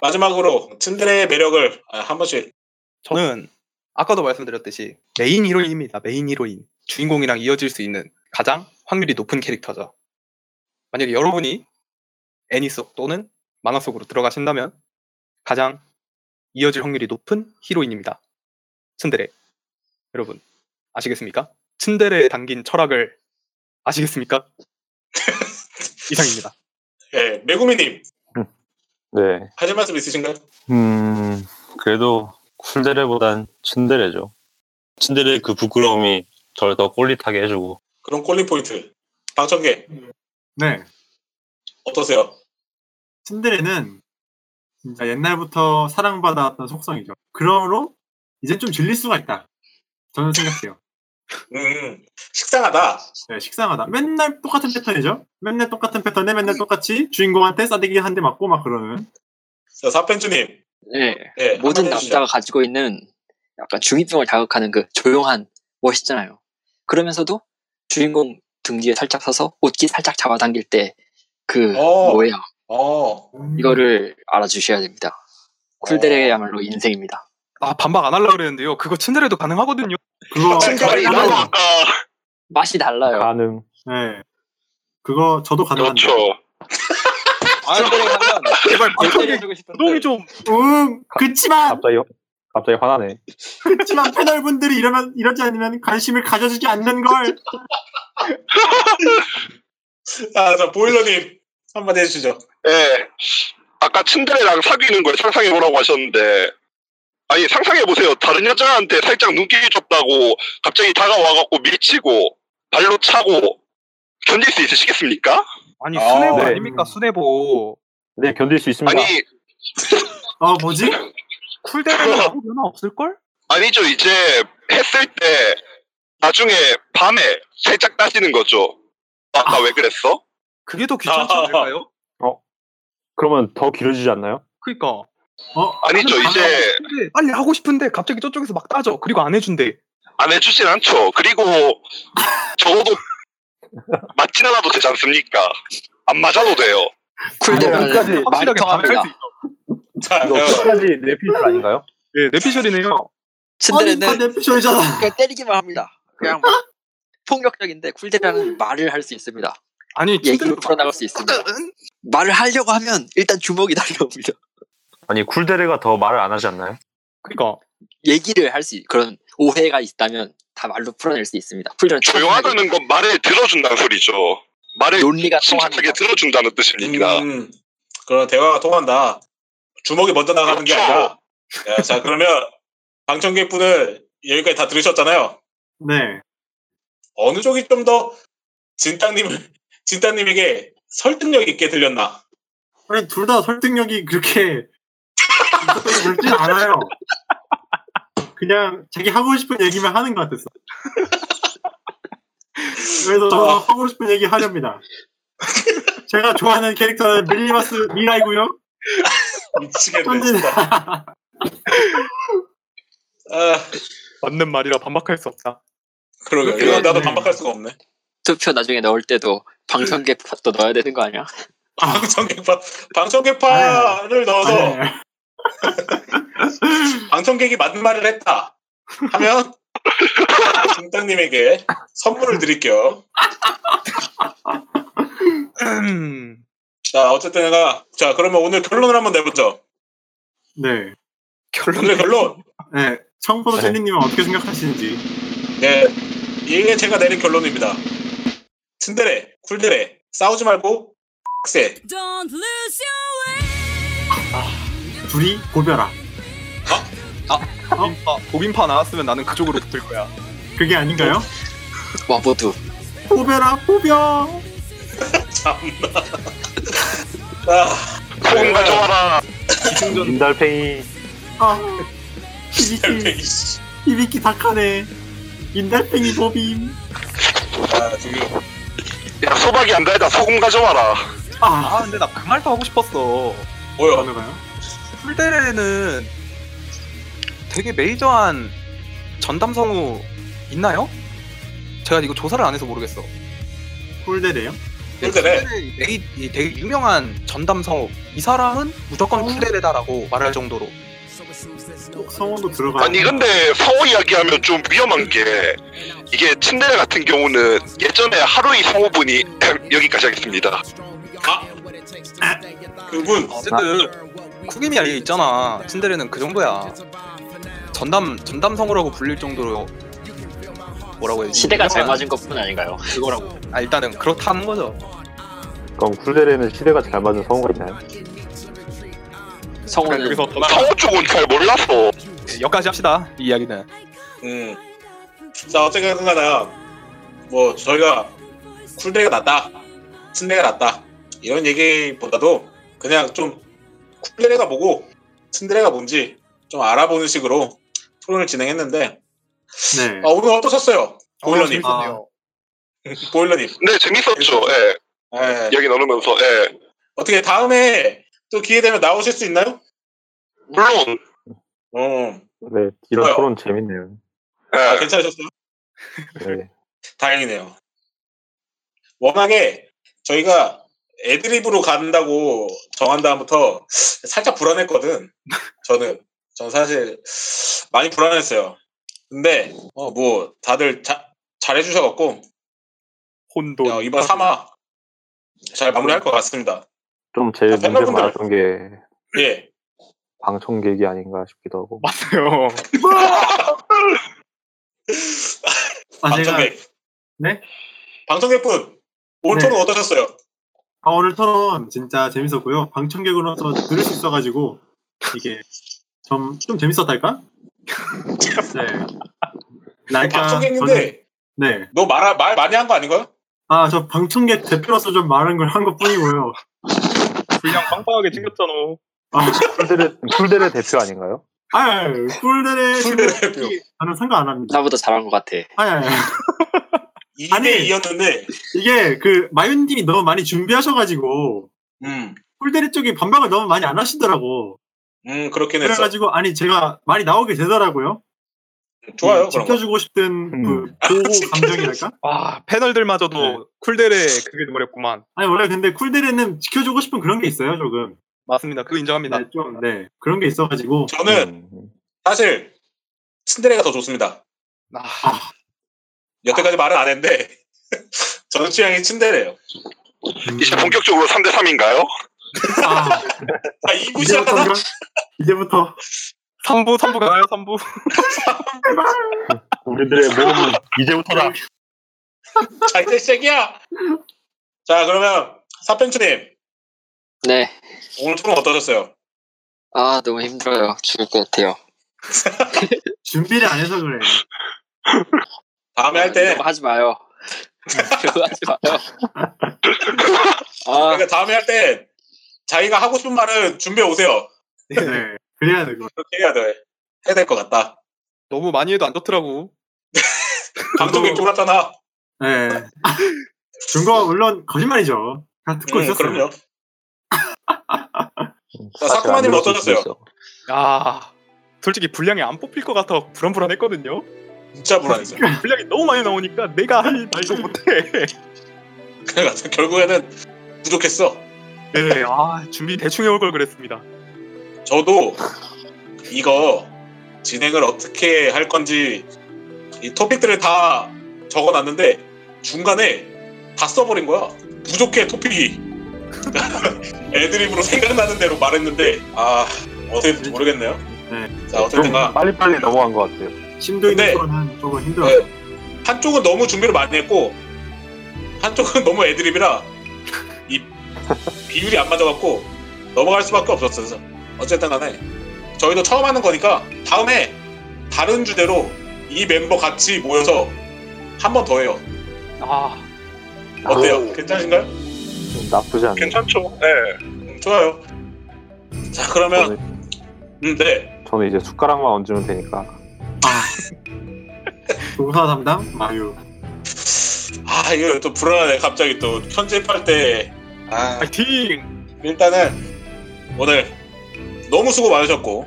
마지막으로 츤데레의 매력을 아, 한 번씩 저는 아까도 말씀드렸듯이 메인 히로인입니다. 메인 히로인. 주인공이랑 이어질 수 있는 가장 확률이 높은 캐릭터죠. 만약에 여러분이 애니 속 또는 만화 속으로 들어가신다면 가장 이어질 확률이 높은 히로인입니다. 츤데레. 여러분, 아시겠습니까? 츤데레에 담긴 철학을 [LAUGHS] 아시겠습니까? 이상입니다. 예 메구미님 네. 하실 말씀 있으신가요? 음, 그래도 쿨데레보단 츤데레죠. 츤데레 그 부끄러움이 저를 더 꼴릿하게 해주고. 그럼 꼴링 포인트 방청객 네. 어떠세요? 츤데레는 진짜 옛날부터 사랑받아왔던 속성이죠. 그러므로 이제 좀 질릴 수가 있다. 저는 생각해요. 음, 식상하다. 네, 식상하다. 맨날 똑같은 패턴이죠. 맨날 똑같은 패턴에 맨날 똑같이 주인공한테 싸대기 한 대 맞고 막 그러는. 자, 사펜주님. 네, 예, 모든 한마디 아, 해주시죠. 남자가 가지고 있는 약간 중이병을 자극하는 그 조용한 멋있잖아요. 그러면서도 주인공 등 뒤에 살짝 서서 옷깃 살짝 잡아당길 때 그 어. 뭐예요? 어, 이거를 알아주셔야 됩니다. 어. 쿨데레야말로 인생입니다. 아, 반박 안 하려고 그랬는데요. 그거 츤데레도 가능하거든요. 그거 아니, 나도 아까 맛이 아, 달라요. 가능. 네. 그거 저도 가능한데. 그렇죠. 츤데레 가면 제발 방청객 해주고 싶은데 노동이 아, 좀 음, 그치만 갑자기, 갑자기 화나네. 그치만 패널분들이 이러면 이러지 않으면 관심을 가져주지 않는 걸. 아, 자, 보일러님. 한마디 해주시죠. 예. 아까 츤데레랑 사귀는 걸 상상해보라고 하셨는데, 아니, 상상해보세요. 다른 여자한테 살짝 눈길이 좁다고 갑자기 다가와갖고 밀치고, 발로 차고, 견딜 수 있으시겠습니까? 아니 아, 수뇌보 네. 아, 닙니까 수뇌보 네, 견딜 수 있습니다. 아니, 어, 뭐지? 쿨데레는 아무 변화 없을걸? 아니죠. 이제 했을 때, 나중에 밤에 살짝 따지는 거죠. 아까 왜 그랬어? 그게 더 귀찮지 아. 않을까요? 그러면 더 길어지지 않나요? 그니까 어, 아니죠. 이제 그러니까. 근데 빨리 하고 싶은데 갑자기 저쪽에서 막 따져 그리고 안 해준대 안 해주진 않죠. 그리고, [LAUGHS] 적어도, 맞진 않아도 되지 않습니까? 안 맞아도 돼요. 아, 쿨데레는 말이 확실하게 반응할 통합니다. 수 있어 자, 이거 어, 끝까지 내필 아닌가요? 예, 아, 내피셜이네요 아니 츤데레는 다내 패션이잖아. 그냥 때리기만 합니다. 그냥 막 폭력적인데 쿨데레는 말을 할 수 있습니다. 아니 얘기로 풀어나갈 수 있습니다. 말을 하려고 하면 일단 주먹이 달려옵니다. 아니, 쿨데레가 더 말을 안 하지 않나요? 그니까 얘기를 할 수 그런 오해가 있다면 다 말로 풀어낼 수 있습니다. 쿨데레는 조용하다는 건 말을 들어준다는 소리죠. 말을 논리가 통하는 침착하게 들어준다는 뜻입니다. 음, 그런 대화가 통한다. 주먹이 먼저 나가는 게 아니라. 야, 자, 그러면 방청객분을 여기까지 다 들으셨잖아요. 네. 어느 쪽이 좀 더 진땅님을, 진땅님에게 설득력 있게 들렸나? 아니 둘 다 설득력이 그렇게 그렇진 않아요. 그냥 자기 하고 싶은 얘기만 하는 것 같았어. 그래서 저도 하고 싶은 얘기 하렵니다. 제가 좋아하는 캐릭터는 밀리마스 미라이고요. 미치겠네, 현진 진짜. 아, 맞는 말이라 반박할 수 없다 그러게. 이거 나도 반박할 수가 없네. 투표 나중에 넣을 때도 방청객 팟도 넣어야 되는 거 아니야? [LAUGHS] 방청객파, 방청객파를 넣어서 네. 방청객이 맞는 말을 했다 하면 [LAUGHS] 중당님에게 선물을 드릴게요. 음, 자 어쨌든 내가 자 그러면 오늘 결론을 한번 내보죠. 네. 결론 오늘 결론 네. 청포도 네. 칠리님은 어떻게 생각하시는지. 네 이게 제가 내린 결론입니다. 츤데레 쿨데레 싸우지 말고 세 Don't lose your way. 둘이 고별아. 아, 고민파 나왔으면 나는 그쪽으로 붙을 거야. 그게 아닌가요? 와 모두 호벼라 호벼 참나. 아, [LAUGHS] 네. 콩 가져와라. 인달팽이 아 히비키 씨. 히비키 다카네 인달팽이 보빔 아, 지금 야 소박이 안 달다 소금 가져와라. 아 아, 근데 나 그 말도 하고 싶었어. 뭐야? 어느 가요? 풀데레는 되게 메이저한 전담 성우 있나요? 제가 이거 조사를 안 해서 모르겠어. 홀대래요? 힘드네. 풀데레 메이, 이 되게 유명한 전담 성우. 이 사람은 무조건 풀데레다라고 말할 정도로. 꼭 성우도 들어가 아니 근데 성우 이야기하면 좀 위험한 게 이게 침대 같은 경우는 예전에 하루이 성우분이 [CLEARS THROAT] 여기까지 하겠습니다. 아. 그분 아, 어쨌든 네. 쿠기미 알리 있잖아. 츤데레는 그 정도야. 전담 전담 성우라고 불릴 정도로 뭐라고 해야 되지? 시대가 잘 유명한 맞은 것뿐 아닌가요? 그거라고. 아, 일단은 그렇다는 거죠. 그럼 쿨데레는 시대가 잘 맞은 성우가 있나요? 그러니까 성우는 그래서 더 나아 성우 쪽은 잘 몰라서 여기까지 합시다. 이 이야기는. 음. 나 어떻게 생각하나? 뭐 저희가 쿨데가 낫다, 츤데가 낫다 이런 얘기보다도 그냥 좀 쿨데가 뭐고 츤데가 뭔지 좀 알아보는 식으로 토론을 진행했는데 네 아, 오늘 어떠셨어요, 보일러님? 아, 보일러님. 네 재밌었죠. 예 예. 이야기 나누면서 예 어떻게 다음에 또 기회 되면 나오실 수 있나요? 물론 어. 네, 이런 뭐요? 토론 재밌네요. 아, 예 괜찮으셨어요? 네. 다행이네요. 워낙에 저희가 애드립으로 간다고 정한 다음부터 살짝 불안했거든. 저는 전 사실 많이 불안했어요. 근데 어, 뭐 다들 자- 잘해주셔갖고 혼돈. 어, 이번 3화 잘 마무리할 것 같습니다. 좀 제일 아, 문제 팬분들. 많았던 게 예. 방청객이 아닌가 싶기도 하고. 맞아요. 아 제가 방청객. 네? 방청객분 올 네. 토론 어떠셨어요? 아, 오늘 토론 진짜 재밌었고요. 방청객으로서 들을 수 있어가지고 이게 좀, [LAUGHS] 좀 재밌었달까? 네. 날까? 방청객인데 아, 저는- 네. 너 말 말 많이 한 거 아닌가요? 아, 저 방청객 대표로서 좀 말한 걸 한 것 뿐이고요. 그냥 빵빵하게 챙겼잖아. 아, 쿨데레 쿨데레 대표 아닌가요? 아유, 꿀들의 쿨들의 대표. [LAUGHS] 저는 상관 안 합니다. 나보다 잘한 것 같아. 아유, 아유. 2대 2였는데 이게 그 마윤님이 너무 많이 준비하셔가지고 음, 꿀대리 쪽이 반박을 너무 많이 안 하시더라고. 음 그렇긴 했어. 그래가지고 아니 제가 말이 나오게 되더라고요. 좋아요. 그런 거. 지켜주고 싶은 그 음. 보호 감정이랄까? 아, 와 패널들마저도 네. 쿨데레 그게 돼버렸구만. 아니 원래 근데 쿨데레는 지켜주고 싶은 그런 게 있어요 조금 맞습니다. 그거 인정합니다. 네, 좀, 네 그런 게 있어가지고 저는 음. 사실 츤데레가 더 좋습니다. 아, 여태까지 말은 안 했는데 [LAUGHS] 저는 취향이 츤데레예요. 이제 본격적으로 3대 3인가요? 음. 아, 아 2부 이제부터 시작하나? 그런- 이제부터 3부, 3부 가요, 3부. 우리들의 모험은 이제부터다. [LAUGHS] 자 이제 시작이야. 자 그러면 사펜추님 네. 오늘 토론 어떠셨어요? 아 너무 힘들어요. 죽을 것 같아요. 준비를 안 해서 그래 다음에 할 아, 때 그거 하지 마요. [LAUGHS] 그거 하지 마요. 아 그러니까 다음에 할 때 자기가 하고 싶은 말을 준비해 오세요. 네 그래야 되고 그렇게 해야 돼. 해야 될 것 같다. 너무 많이 해도 안 좋더라고. 방송객 쫄았잖아. 네 준거 물론 거짓말이죠 다 듣고 음, 있었어요 그럼요. 사실 사쿠마님 안 들었을 수도 어떠셨어요? 있어. 야, 솔직히 분량이 안 뽑힐 것 같아 불안불안했거든요. 진짜 [LAUGHS] 불안했어요. 분량이 너무 많이 나오니까 내가 할 말도 못해. 그래가지고 결국에는 부족했어. [LAUGHS] 네, 아 준비 대충 해올 걸 그랬습니다. 저도 이거 진행을 어떻게 할 건지 이 토픽들을 다 적어놨는데 중간에 다 써버린 거야. 부족해 토픽이. [LAUGHS] 애드립으로 생각나는 대로 말했는데 아 어떻게 될지 모르겠네요. 네. 자 좀 어쨌든가 빨리빨리 넘어간 것 같아요. 심도 있는 네. 토론은 조금 힘들어요 한쪽은 너무 준비를 많이 했고 한쪽은 [LAUGHS] 너무 애드립이라 이 비율이 안 맞아갖고 넘어갈 수밖에 없었어요. 어쨌든 간에 저희도 처음 하는 거니까 다음에 다른 주제로 이 멤버 같이 모여서 한 번 더 해요. 아, 어때요? 오. 네, 괜찮으신가요? 나쁘지 않네. 괜찮죠? 네. 어, 음, 좋아요. 자 그러면 음, 네 저는 이제 숟가락만 얹으면 되니까. 동사 담당 마유. 아 이거 또 불안하네 갑자기 또 편집할 때 아, 파이팅! 일단은 오늘 너무 수고 많으셨고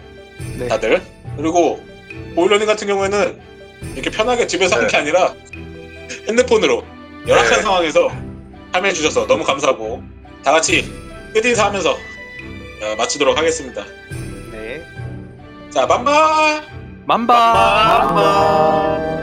네. 다들 그리고 보일러님 같은 경우에는 이렇게 편하게 집에서 하는 게 아니라 핸드폰으로 열악한 네. 상황에서 참여해 주셔서 너무 감사하고 다 같이 끝인사하면서 어, 마치도록 하겠습니다. 네. 자 만바. 만바. 아.